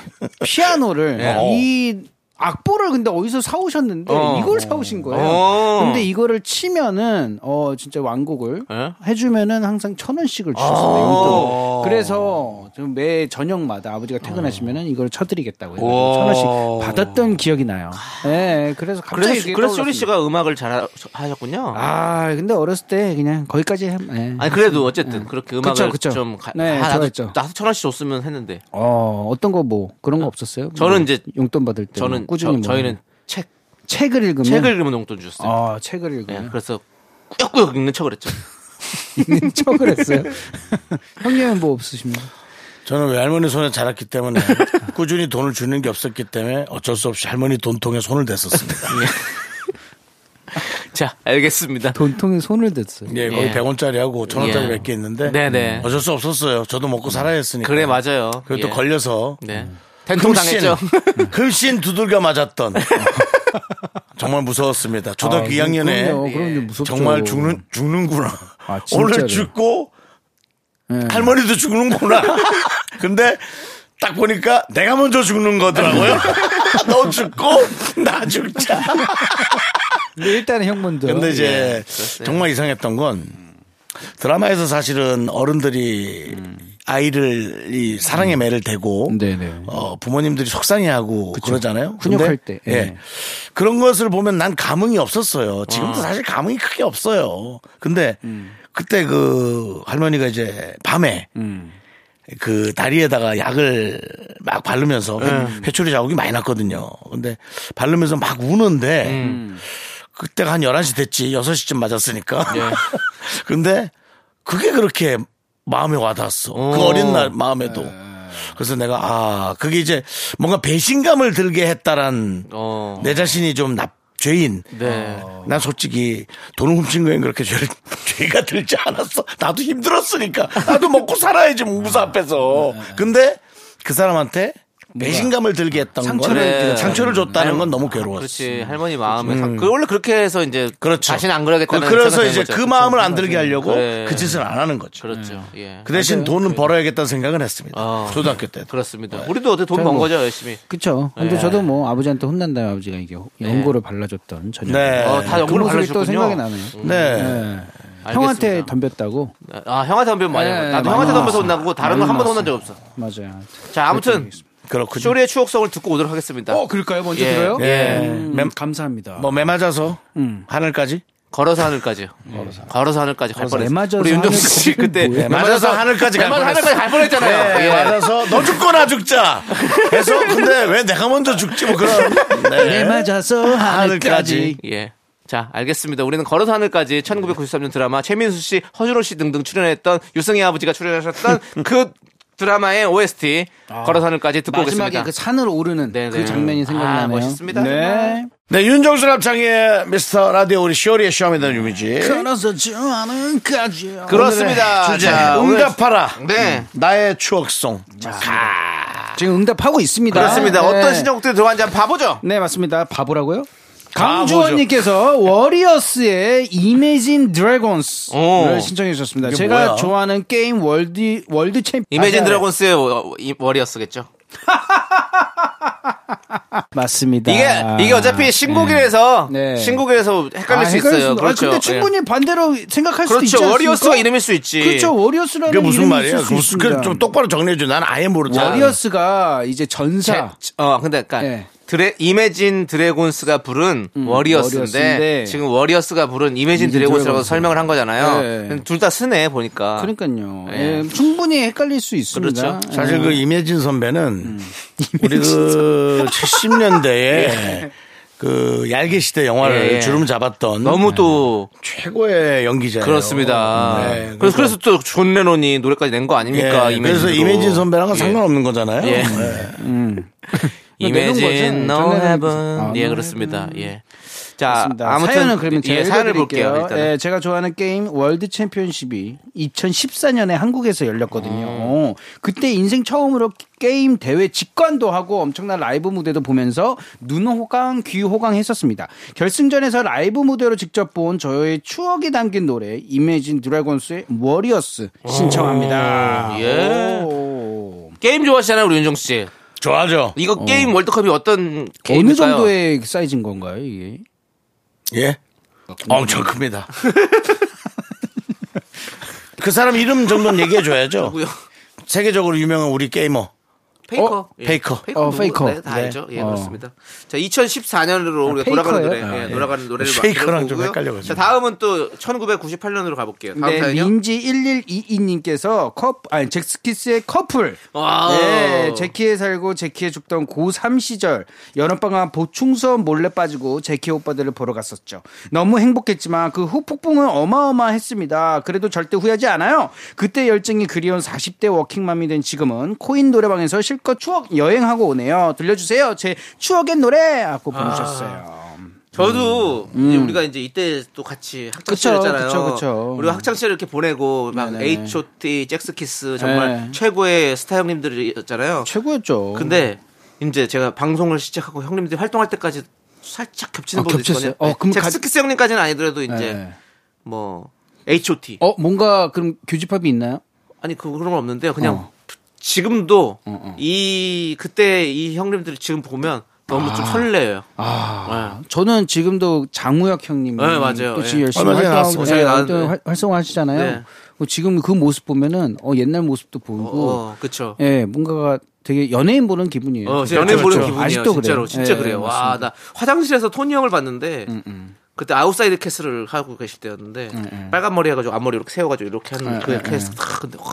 [SPEAKER 8] 피아노를
[SPEAKER 1] 예.
[SPEAKER 8] 이 악보를 근데 어디서 사오셨는데
[SPEAKER 2] 어.
[SPEAKER 8] 이걸 사오신 거예요.
[SPEAKER 2] 어.
[SPEAKER 8] 근데 이거를 치면은 어 진짜 완곡을
[SPEAKER 2] 예? 아.
[SPEAKER 8] 해주면은 항상 천 원씩을 주셨어요. 이것도. 그래서 좀매 저녁마다 아버지가
[SPEAKER 2] 어.
[SPEAKER 8] 퇴근하시면은 이걸 쳐드리겠다고 해서 천 원씩 받았던 기억이 나요. 예, 그래서 갑자기
[SPEAKER 2] 그래서,
[SPEAKER 8] 이게
[SPEAKER 2] 그래서 쇼리
[SPEAKER 8] 떠올랐습니다.
[SPEAKER 2] 씨가 음악을 잘 하셨군요.
[SPEAKER 8] 아 근데 어렸을 때 그냥 거기까지 해. 예.
[SPEAKER 2] 아니 그래도 어쨌든 그렇게 음악을
[SPEAKER 8] 그쵸, 그쵸.
[SPEAKER 2] 좀 가,
[SPEAKER 8] 네,
[SPEAKER 2] 아, 나도
[SPEAKER 8] 좋아했죠.
[SPEAKER 2] 나도 천원 씨 줬으면 했는데
[SPEAKER 8] 어 어떤 거 뭐 그런 거 없었어요?
[SPEAKER 2] 저는
[SPEAKER 8] 뭐
[SPEAKER 2] 이제
[SPEAKER 8] 용돈 받을 때
[SPEAKER 2] 저는
[SPEAKER 8] 뭐 꾸준히
[SPEAKER 2] 저, 희는 책
[SPEAKER 8] 뭐 책을 읽으면
[SPEAKER 2] 책을 읽으면 용돈 주셨어요.
[SPEAKER 8] 아 책을 읽으면
[SPEAKER 2] 예, 그래서 꾸역꾸역 읽는 척을 했죠.
[SPEAKER 8] 읽는 척을 했어요. 형님은 뭐 없으십니까?
[SPEAKER 1] 저는 외할머니 손에 자랐기 때문에 꾸준히 돈을 주는 게 없었기 때문에 어쩔 수 없이 할머니 돈통에 손을 댔었습니다.
[SPEAKER 2] 자, 알겠습니다.
[SPEAKER 8] 돈통에 손을 댔어요.
[SPEAKER 1] 예, 거의
[SPEAKER 2] 예.
[SPEAKER 1] 100원짜리하고 1000원짜리
[SPEAKER 2] 예.
[SPEAKER 1] 몇 개 있는데
[SPEAKER 2] 네네.
[SPEAKER 1] 어쩔 수 없었어요. 저도 먹고 살아야 했으니까.
[SPEAKER 2] 그래 맞아요.
[SPEAKER 1] 그리고 또
[SPEAKER 2] 예.
[SPEAKER 1] 걸려서
[SPEAKER 2] 네. 된통 당했죠. 음.
[SPEAKER 1] 흠씬 두들겨 맞았던 정말 무서웠습니다. 초등학교 2학년에
[SPEAKER 8] 아, 그럼요, 그럼요. 무섭죠.
[SPEAKER 1] 정말 죽는 죽는구나.
[SPEAKER 8] 아, 진짜로.
[SPEAKER 1] 오늘 죽고
[SPEAKER 8] 예.
[SPEAKER 1] 할머니도 죽는구나. 근데 딱 보니까 내가 먼저 죽는 거더라고요. 너 죽고 나 죽자.
[SPEAKER 8] 근데 일단은 형 먼저.
[SPEAKER 1] 근데 이제
[SPEAKER 2] 그랬어요.
[SPEAKER 1] 정말 이상했던 건 드라마에서 사실은 어른들이 아이를 이 사랑의 매를 대고
[SPEAKER 8] 네네.
[SPEAKER 1] 어, 부모님들이 속상해하고 그러잖아요
[SPEAKER 8] 훈육할 때.
[SPEAKER 1] 예.
[SPEAKER 8] 예.
[SPEAKER 1] 그런 것을 보면 난 감흥이 없었어요. 지금도 사실 감흥이 크게 없어요. 근데 그때 그 할머니가 이제 밤에 그 다리에다가 약을 막 바르면서 회초리 자국이 많이 났거든요. 근데 바르면서 막 우는데 그때가 한 11시 됐지. 6시쯤 맞았으니까. 근데 그게 그렇게 마음에 와닿았어. 그 어린 날 마음에도. 그래서 내가 아, 그게 이제 뭔가 배신감을 들게 했다란
[SPEAKER 2] 어.
[SPEAKER 1] 내 자신이 좀 납, 죄인.
[SPEAKER 2] 네.
[SPEAKER 1] 난 솔직히 돈을 훔친 거엔 그렇게 죄를, 죄가 들지 않았어. 나도 힘들었으니까. 나도 먹고 살아야지, 무사 앞에서. 근데 그 사람한테 배신감을 들게 했던
[SPEAKER 8] 상처를
[SPEAKER 1] 건
[SPEAKER 2] 네.
[SPEAKER 1] 상처를 줬다는 건 너무 괴로웠어.
[SPEAKER 2] 그렇지. 할머니 마음에 상- 그 원래 그렇게 해서 이제
[SPEAKER 1] 그렇죠.
[SPEAKER 2] 다시는 안 그러겠다는
[SPEAKER 1] 그- 그래서
[SPEAKER 2] 생각이
[SPEAKER 1] 이제
[SPEAKER 2] 거죠.
[SPEAKER 1] 그 마음을 안 들게 하려고
[SPEAKER 2] 그래. 네.
[SPEAKER 1] 그 짓을 안 하는 거죠.
[SPEAKER 2] 그렇죠. 예.
[SPEAKER 1] 그 대신 돈은 벌어야겠다는 생각을 했습니다.
[SPEAKER 2] 어.
[SPEAKER 1] 초등학교 때.
[SPEAKER 2] 그렇습니다. 우리도 어제 돈번
[SPEAKER 8] 저는 뭐-
[SPEAKER 2] 거죠, 열심히.
[SPEAKER 8] 그쵸.
[SPEAKER 2] 예.
[SPEAKER 8] 근데 저도 뭐 아버지한테 혼난 다음에 아버지가 이게 연고를 발라줬던 저녁.
[SPEAKER 1] 네.
[SPEAKER 2] 어, 다
[SPEAKER 8] 그
[SPEAKER 2] 연구를
[SPEAKER 8] 모습이 또
[SPEAKER 2] 예. 발라주셨군요. 음,
[SPEAKER 8] 생각이 나네요.
[SPEAKER 1] 네.
[SPEAKER 8] 네. 형한테
[SPEAKER 2] 알겠습니다.
[SPEAKER 8] 덤볐다고.
[SPEAKER 2] 아, 형한테 덤벼 많이
[SPEAKER 8] 예,
[SPEAKER 2] 네,
[SPEAKER 8] 많이
[SPEAKER 2] 나도 형한테 덤벼서
[SPEAKER 8] 나왔어.
[SPEAKER 2] 혼나고 다른 거 한 번도 혼난 적 없어.
[SPEAKER 8] 맞아요.
[SPEAKER 2] 자, 아무튼
[SPEAKER 1] 그렇군요.
[SPEAKER 2] 쇼리의 추억성을 듣고 오도록 하겠습니다.
[SPEAKER 8] 어, 그럴까요? 먼저
[SPEAKER 2] 예. 음.
[SPEAKER 8] 들어요?
[SPEAKER 1] 예.
[SPEAKER 8] 음,
[SPEAKER 1] 맴-
[SPEAKER 8] 감사합니다.
[SPEAKER 1] 뭐 매맞아서 하늘까지
[SPEAKER 2] 걸어서 하늘까지. 음. 걸어서, 하늘까지 갈 뻔했어.
[SPEAKER 8] 매맞아서
[SPEAKER 2] 우리 윤정수
[SPEAKER 8] 하늘까지
[SPEAKER 2] 씨 그때
[SPEAKER 8] 뭐예요?
[SPEAKER 1] 매맞아서 하늘까지 갈
[SPEAKER 2] 네. 매맞아서
[SPEAKER 1] 뻔했어.
[SPEAKER 2] 하늘까지 갈 뻔했잖아요.
[SPEAKER 1] 네,
[SPEAKER 2] 예.
[SPEAKER 1] 맞아서 너 죽거나 죽자. 그래서 근데 왜 내가 먼저 죽지 뭐 그런.
[SPEAKER 2] 네?
[SPEAKER 8] 내 네, 맞아서 하늘까지.
[SPEAKER 2] 예. 자, 알겠습니다. 우리는 걸어서 하늘까지 1993년 드라마 최민수 씨, 허준호 씨 등등 출연했던 유승희 아버지가 출연하셨던 그 드라마의 OST 걸어산을까지 듣고
[SPEAKER 8] 마지막에
[SPEAKER 2] 오겠습니다.
[SPEAKER 8] 그 산을 오르는
[SPEAKER 2] 네네.
[SPEAKER 8] 그 장면이 생각나네요.
[SPEAKER 2] 아, 멋있습니다.
[SPEAKER 8] 네.
[SPEAKER 1] 네, 윤정수 남창의 미스터 라디오 우리 쇼리의 쇼미더 뮤직.
[SPEAKER 8] 걸어서 저하는까지
[SPEAKER 2] 그렇습니다.
[SPEAKER 1] 주제
[SPEAKER 2] 자, 오늘-
[SPEAKER 1] 응답하라. 음.
[SPEAKER 2] 네.
[SPEAKER 1] 나의 추억송.
[SPEAKER 8] 지금 응답하고 있습니다.
[SPEAKER 2] 그렇습니다.
[SPEAKER 8] 네.
[SPEAKER 2] 어떤 신청곡들이 들어간지 한번 봐보죠.
[SPEAKER 8] 네, 맞습니다. 바보라고요?
[SPEAKER 1] 바보죠.
[SPEAKER 8] 강주원님께서 워리어스의 이메진
[SPEAKER 2] 오. 어.
[SPEAKER 8] 드래곤스를 신청해 주셨습니다.
[SPEAKER 1] 이게
[SPEAKER 8] 제가
[SPEAKER 1] 뭐야?
[SPEAKER 8] 좋아하는 게임 월드 월드 챔피 아, 네,
[SPEAKER 2] 이매진 드래곤스의 워- 이- 워리어스겠죠.
[SPEAKER 8] 맞습니다.
[SPEAKER 2] 이게 이게 어차피 신곡이라서
[SPEAKER 8] 아, 네.
[SPEAKER 2] 신곡이라서 헷갈릴
[SPEAKER 8] 아,
[SPEAKER 2] 수
[SPEAKER 8] 헷갈릴
[SPEAKER 2] 있어요.
[SPEAKER 8] 수- 아,
[SPEAKER 2] 그렇죠.
[SPEAKER 8] 근데
[SPEAKER 2] 예.
[SPEAKER 8] 충분히 반대로 생각할 수도 있지
[SPEAKER 2] 그렇죠.
[SPEAKER 8] 않습니까?
[SPEAKER 2] 워리어스가 이름일 수 있지.
[SPEAKER 8] 그렇죠. 워리어스라는
[SPEAKER 1] 그게 무슨
[SPEAKER 8] 이름이 있을
[SPEAKER 1] 말이야?
[SPEAKER 8] 수
[SPEAKER 1] 무슨,
[SPEAKER 8] 있습니다.
[SPEAKER 1] 그, 좀 똑바로 정리해줘. 난 아예 모르잖아.
[SPEAKER 8] 워리어스가 이제 전사
[SPEAKER 2] 제- 어, 근데 그러니까
[SPEAKER 8] 예. 음,
[SPEAKER 2] 드레, 이매진 드래곤스가 부른 워리어스인데,
[SPEAKER 8] 워리어스인데
[SPEAKER 2] 지금 워리어스가 부른 이매진
[SPEAKER 8] 이매진
[SPEAKER 2] 드래곤스라고
[SPEAKER 8] 드래곤스.
[SPEAKER 2] 설명을 한
[SPEAKER 8] 예.
[SPEAKER 2] 거잖아요. 둘 다 쓰네 보니까.
[SPEAKER 8] 그러니까요.
[SPEAKER 2] 예.
[SPEAKER 8] 예, 충분히 헷갈릴 수 있습니다.
[SPEAKER 2] 그렇죠.
[SPEAKER 8] 예.
[SPEAKER 1] 사실 그 임혜진 선배는
[SPEAKER 8] 음.
[SPEAKER 1] 우리 그
[SPEAKER 8] 예.
[SPEAKER 1] 70년대에 그 얄개 시대 영화를
[SPEAKER 2] 예, 예.
[SPEAKER 1] 주름 잡았던
[SPEAKER 2] 너무 또
[SPEAKER 1] 최고의 연기자예요.
[SPEAKER 2] 그렇습니다.
[SPEAKER 1] 네,
[SPEAKER 2] 그래서 그래서 또 존 레논이 노래까지 낸 거 아닙니까?
[SPEAKER 1] 예,
[SPEAKER 2] 이매진으로.
[SPEAKER 1] 그래서 임혜진 선배랑은
[SPEAKER 2] 예.
[SPEAKER 1] 상관없는 거잖아요.
[SPEAKER 2] 예.
[SPEAKER 1] 네.
[SPEAKER 2] 이매진
[SPEAKER 8] 음. 내놓은 거죠.
[SPEAKER 2] no
[SPEAKER 8] 존 레논이
[SPEAKER 2] heaven.
[SPEAKER 8] 아,
[SPEAKER 2] 예,
[SPEAKER 8] no
[SPEAKER 2] 그렇습니다. 예. 자,
[SPEAKER 8] 맞습니다.
[SPEAKER 2] 아무튼
[SPEAKER 8] 사연은 그러면 제가
[SPEAKER 2] 예, 사연을 볼게요.
[SPEAKER 8] 읽어드릴게요.
[SPEAKER 2] 일단.
[SPEAKER 8] 예, 제가 좋아하는 게임 월드 챔피언십이 2014년에 한국에서 열렸거든요. 어, 그때 인생 처음으로 게임 대회 직관도 하고 엄청난 라이브 무대도 보면서 눈 호강, 귀 호강했었습니다. 결승전에서 라이브 무대로 직접 본 저의 추억이 담긴 노래 이매진 드래곤스의 워리어스 신청합니다.
[SPEAKER 2] 예.
[SPEAKER 8] 오.
[SPEAKER 2] 게임 좋아하시잖아요, 우리 윤정 씨.
[SPEAKER 1] 좋아하죠.
[SPEAKER 2] 이거 게임 월드컵이 어떤
[SPEAKER 8] 어느
[SPEAKER 2] 게임일까요?
[SPEAKER 8] 정도의 사이즈인 건가요, 이게?
[SPEAKER 1] 예. 엄청 큽니다. 그 사람 이름 정도는 얘기해 줘야죠.
[SPEAKER 2] 누구요?
[SPEAKER 1] 세계적으로 유명한 우리 게이머.
[SPEAKER 2] 페이커.
[SPEAKER 1] 어? 페이커.
[SPEAKER 8] 어,
[SPEAKER 2] 누구?
[SPEAKER 8] 페이커.
[SPEAKER 2] 네, 다
[SPEAKER 1] 네.
[SPEAKER 2] 알죠. 예,
[SPEAKER 8] 어.
[SPEAKER 2] 그렇습니다. 자, 2014년으로 우리가
[SPEAKER 8] 페이커예요?
[SPEAKER 2] 돌아가는 노래,
[SPEAKER 8] 아,
[SPEAKER 2] 예,
[SPEAKER 8] 예.
[SPEAKER 2] 돌아가는 노래를 막
[SPEAKER 1] 페이커랑 좀
[SPEAKER 2] 들어보고요.
[SPEAKER 1] 헷갈려가지고.
[SPEAKER 2] 자, 다음은 또 1998년으로 가볼게요. 다음
[SPEAKER 8] 네,
[SPEAKER 2] 사연이요.
[SPEAKER 8] 민지 1122님께서 컵, 아니, 잭스키스의 커플.
[SPEAKER 2] 와우.
[SPEAKER 8] 네, 제키에 살고 제키에 죽던 고3 시절. 여름방학 보충 수업 몰래 빠지고 제키 오빠들을 보러 갔었죠. 너무 행복했지만 그 후폭풍은 어마어마했습니다. 그래도 절대 후회하지 않아요. 그때 열정이 그리운 40대 워킹맘이 된 지금은 코인 노래방에서 실컷 추억 여행하고 오네요. 들려주세요. 제 추억의 노래! 하고
[SPEAKER 2] 아.
[SPEAKER 8] 보내주셨어요.
[SPEAKER 2] 저도 이제 우리가 이제 이때 또 같이 학창시절이잖아요.
[SPEAKER 8] 음. 그쵸, 그쵸, 그쵸.
[SPEAKER 2] 우리가 학창시절 이렇게 보내고 막
[SPEAKER 8] 네네.
[SPEAKER 2] H.O.T. 잭스키스 정말
[SPEAKER 8] 네.
[SPEAKER 2] 최고의 스타 형님들이었잖아요.
[SPEAKER 8] 최고였죠.
[SPEAKER 2] 근데 이제 제가 방송을 시작하고 형님들이 활동할 때까지 살짝 겹치는
[SPEAKER 8] 아,
[SPEAKER 2] 부분이
[SPEAKER 8] 겹쳤어요?
[SPEAKER 2] 있거든요.
[SPEAKER 8] 어, 그럼
[SPEAKER 2] 잭스키스 형님까지는 아니더라도 이제
[SPEAKER 8] 네.
[SPEAKER 2] 뭐 H.O.T.
[SPEAKER 8] 어, 뭔가 그럼 교집합이 있나요?
[SPEAKER 2] 아니 그 그런 건 없는데요. 그냥
[SPEAKER 8] 어.
[SPEAKER 2] 지금도
[SPEAKER 8] 어.
[SPEAKER 2] 이 그때 이 형님들을 지금 보면 너무 좀 설레요.
[SPEAKER 8] 아, 저는 지금도 장우혁 형님
[SPEAKER 2] 네, 맞아요.
[SPEAKER 8] 또 지금
[SPEAKER 2] 예.
[SPEAKER 8] 열심히
[SPEAKER 1] 얼마 전에
[SPEAKER 8] 활동하고
[SPEAKER 2] 나왔습니다.
[SPEAKER 8] 예,
[SPEAKER 2] 나왔는데.
[SPEAKER 8] 활동- 활- 활성화하시잖아요.
[SPEAKER 2] 네.
[SPEAKER 8] 어, 지금 그 모습 보면은 어, 옛날 모습도 보이고
[SPEAKER 2] 어, 그쵸.
[SPEAKER 8] 예, 뭔가가 되게 연예인 보는 기분이에요. 그렇죠.
[SPEAKER 2] 어, 진짜 연예인 보는 기분이에요.
[SPEAKER 8] 아직도 그래요.
[SPEAKER 2] 진짜로, 진짜
[SPEAKER 8] 예,
[SPEAKER 2] 그래요. 와,
[SPEAKER 8] 맞습니다. 음,
[SPEAKER 2] 나 화장실에서 토니 형을 봤는데 그때 아웃사이드 캐슬을 하고 계실 때였는데
[SPEAKER 8] 음.
[SPEAKER 2] 빨간 머리 해가지고 앞머리 이렇게 세워가지고 이렇게 하는 그 캐슬 탁 근데 와,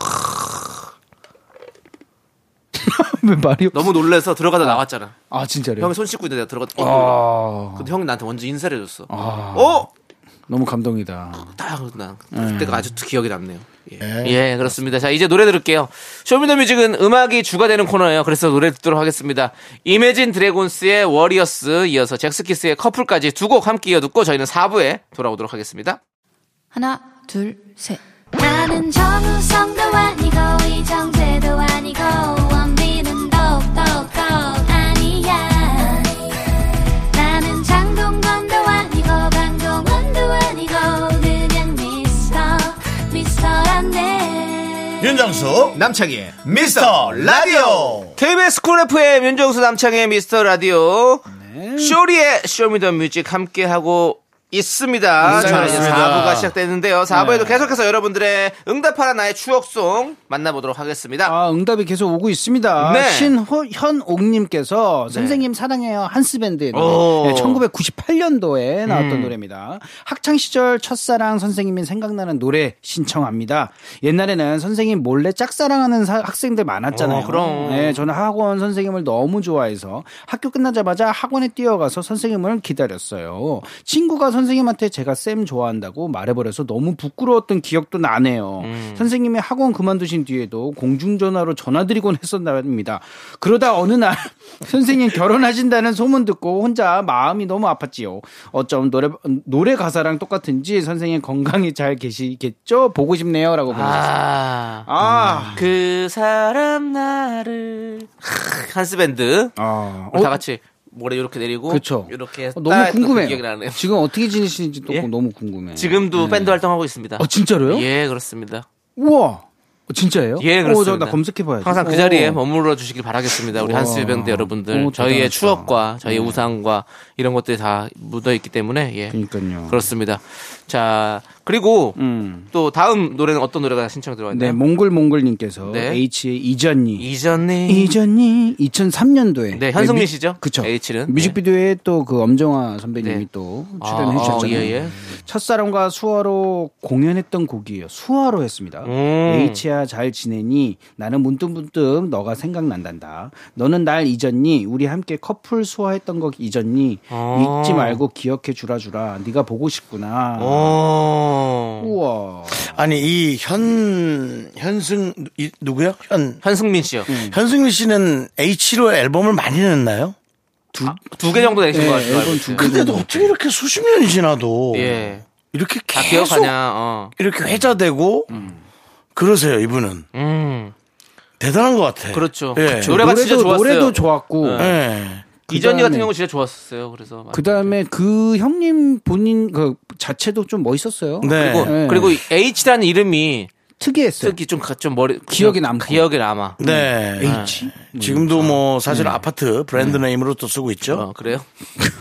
[SPEAKER 8] 왜 말이 없...
[SPEAKER 2] 너무 놀래서 들어가다 나왔잖아.
[SPEAKER 8] 아, 진짜로.
[SPEAKER 2] 형이
[SPEAKER 8] 요
[SPEAKER 2] 손 씻고 있는데 내가 들어가다 어, 놀라.
[SPEAKER 8] 아,
[SPEAKER 2] 근데 형이 나한테 먼저 인사를 해줬어. 어?
[SPEAKER 8] 너무 감동이다.
[SPEAKER 2] 딱 나.
[SPEAKER 1] 네.
[SPEAKER 2] 그때가 아주 기억이 남네요. 예. 예, 그렇습니다. 자, 이제 노래 들을게요. 쇼미더뮤직은 음악이 주가 되는 코너예요. 그래서 노래 듣도록 하겠습니다. 이매진 드래곤스의 워리어스 이어서 잭스키스의 커플까지 두 곡 함께 이어 듣고 저희는 4부에 돌아오도록 하겠습니다.
[SPEAKER 9] 하나, 둘, 셋.
[SPEAKER 7] 나는 정우성도 아니고 이정재도 아니고 원빈은 더욱더 아니야 나는 장동건도 아니고 강동원도 아니고 그냥 미스터 미스터란데
[SPEAKER 1] 윤정수 남창희 미스터 라디오.
[SPEAKER 2] KBS 쿨 FM 윤정수 남창의 미스터 라디오
[SPEAKER 1] 네.
[SPEAKER 2] 쇼리의 쇼미더뮤직 함께 하고
[SPEAKER 1] 네,
[SPEAKER 2] 있습니다. 저는 이제
[SPEAKER 1] 그렇습니다. 네.
[SPEAKER 2] 4부가 시작됐는데요. 4부에도 계속해서 여러분들의 응답하라 나의 추억송 만나보도록 하겠습니다.
[SPEAKER 8] 아, 응답이 계속 오고 있습니다.
[SPEAKER 2] 네.
[SPEAKER 8] 신현옥님께서 선생님 사랑해요 한스밴드의 노래.
[SPEAKER 2] 오. 음.
[SPEAKER 8] 네, 1998년도에 나왔던 노래입니다. 학창 시절 첫사랑 선생님이 생각나는 노래 신청합니다. 옛날에는 선생님 몰래 짝사랑하는 사- 학생들 많았잖아요.
[SPEAKER 2] 어, 그럼.
[SPEAKER 8] 네, 저는 학원 선생님을 너무 좋아해서 학교 끝나자마자 학원에 뛰어가서 선생님을 기다렸어요. 친구가 선생님한테 제가 쌤 좋아한다고 말해버려서 너무 부끄러웠던 기억도 나네요. 선생님이 학원 그만두신 뒤에도 공중전화로 전화드리곤 했었답니다. 그러다 어느 날 선생님 결혼하신다는 소문 듣고 혼자 마음이 너무 아팠지요. 어쩜 노래 노래 가사랑 똑같은지 선생님 건강히 잘 계시겠죠? 보고 싶네요라고 보내셨어요.
[SPEAKER 2] 아,
[SPEAKER 8] 아,
[SPEAKER 2] 그 사람 나를 한스밴드
[SPEAKER 8] 아.
[SPEAKER 2] 우리 다
[SPEAKER 8] 어,
[SPEAKER 2] 같이 모래 이렇게 내리고
[SPEAKER 8] 그렇죠.
[SPEAKER 2] 이렇게 했다
[SPEAKER 8] 어, 너무
[SPEAKER 2] 했던 그
[SPEAKER 8] 궁금해요.
[SPEAKER 2] 기억이 나네요.
[SPEAKER 8] 지금 어떻게 지내시는지 또
[SPEAKER 2] 예?
[SPEAKER 8] 너무 궁금해.
[SPEAKER 2] 지금도 밴드 활동하고 있습니다.
[SPEAKER 8] 네. 어 진짜로요?
[SPEAKER 2] 예, 그렇습니다.
[SPEAKER 8] 우와. 어, 진짜예요?
[SPEAKER 2] 예, 그렇습니다.
[SPEAKER 8] 오, 저, 나 검색해봐야지.
[SPEAKER 2] 항상 그 자리에 머물러 주시길 바라겠습니다. 우리
[SPEAKER 8] 어. 우와.
[SPEAKER 2] 한스밴드 여러분들.
[SPEAKER 8] 오,
[SPEAKER 2] 저희의
[SPEAKER 8] 대단하시다. 네.
[SPEAKER 2] 추억과 저희의 우상과 이런 것들이 다 묻어 있기 때문에 예.
[SPEAKER 8] 그러니까요.
[SPEAKER 2] 그렇습니다. 자, 그리고
[SPEAKER 8] 음.
[SPEAKER 2] 또 다음 노래는 어떤 노래가 신청
[SPEAKER 8] 네,
[SPEAKER 2] 들어왔나요?
[SPEAKER 8] 몽글몽글님께서
[SPEAKER 2] 네.
[SPEAKER 8] H의 이전이.
[SPEAKER 2] 이전에
[SPEAKER 8] 이전이 2003년도에.
[SPEAKER 2] 네, 현승민 씨죠?
[SPEAKER 8] 그쵸.
[SPEAKER 2] H는.
[SPEAKER 8] 뮤직비디오에 또 그 엄정화 선배님이
[SPEAKER 2] 네.
[SPEAKER 8] 또
[SPEAKER 2] 아,
[SPEAKER 8] 출연해 주셨잖아요. 네.
[SPEAKER 2] 아, 예, 예.
[SPEAKER 8] 첫사랑과 수화로 공연했던 곡이에요. 수화로 했습니다.
[SPEAKER 2] 음.
[SPEAKER 8] H야 잘 지내니 나는 문득문득 너가 생각난단다. 너는 날 잊었니? 우리 함께 커플 수화했던 거 잊었니?
[SPEAKER 2] 아.
[SPEAKER 8] 잊지 말고 기억해 주라 주라. 네가 보고 싶구나.
[SPEAKER 2] 어.
[SPEAKER 8] 우와.
[SPEAKER 1] 아니 이 현 현승 이, 누구요? 현
[SPEAKER 2] 현승민 씨요.
[SPEAKER 1] 현승민 씨는 H로 앨범을 많이 냈나요?
[SPEAKER 2] 두 개 정도 내신
[SPEAKER 8] 네,
[SPEAKER 2] 것 같아요.
[SPEAKER 8] 앨범
[SPEAKER 2] 알고
[SPEAKER 8] 두
[SPEAKER 2] 있어요.
[SPEAKER 1] 근데도 어떻게 이렇게 수십 년이 지나도
[SPEAKER 2] 예.
[SPEAKER 1] 이렇게
[SPEAKER 2] 다
[SPEAKER 1] 계속
[SPEAKER 2] 기억하냐. 어.
[SPEAKER 1] 이렇게 회자되고 그러세요 이분은
[SPEAKER 2] 음.
[SPEAKER 1] 대단한 것 같아.
[SPEAKER 2] 그렇죠.
[SPEAKER 1] 예.
[SPEAKER 2] 노래- 노래가 진짜 좋았어요. 네.
[SPEAKER 8] 노래도 좋았고. 네.
[SPEAKER 1] 예.
[SPEAKER 2] 이전이 같은
[SPEAKER 8] 그다음에-
[SPEAKER 2] 경우 진짜 좋았었어요. 그래서
[SPEAKER 8] 그 다음에 그 형님 본인 그 자체도 좀 멋있었어요.
[SPEAKER 1] 네.
[SPEAKER 2] 그리고,
[SPEAKER 8] 네.
[SPEAKER 2] 그리고 H라는 이름이
[SPEAKER 8] 특이했어요.
[SPEAKER 2] 특히 좀, 가- 좀 머리
[SPEAKER 8] 네. 기억에 남고.
[SPEAKER 2] 기억에 남아.
[SPEAKER 1] 네.
[SPEAKER 8] H.
[SPEAKER 1] 지금도 뭐 사실 아파트 브랜드 네임으로 또 쓰고 있죠.
[SPEAKER 2] 어, 그래요?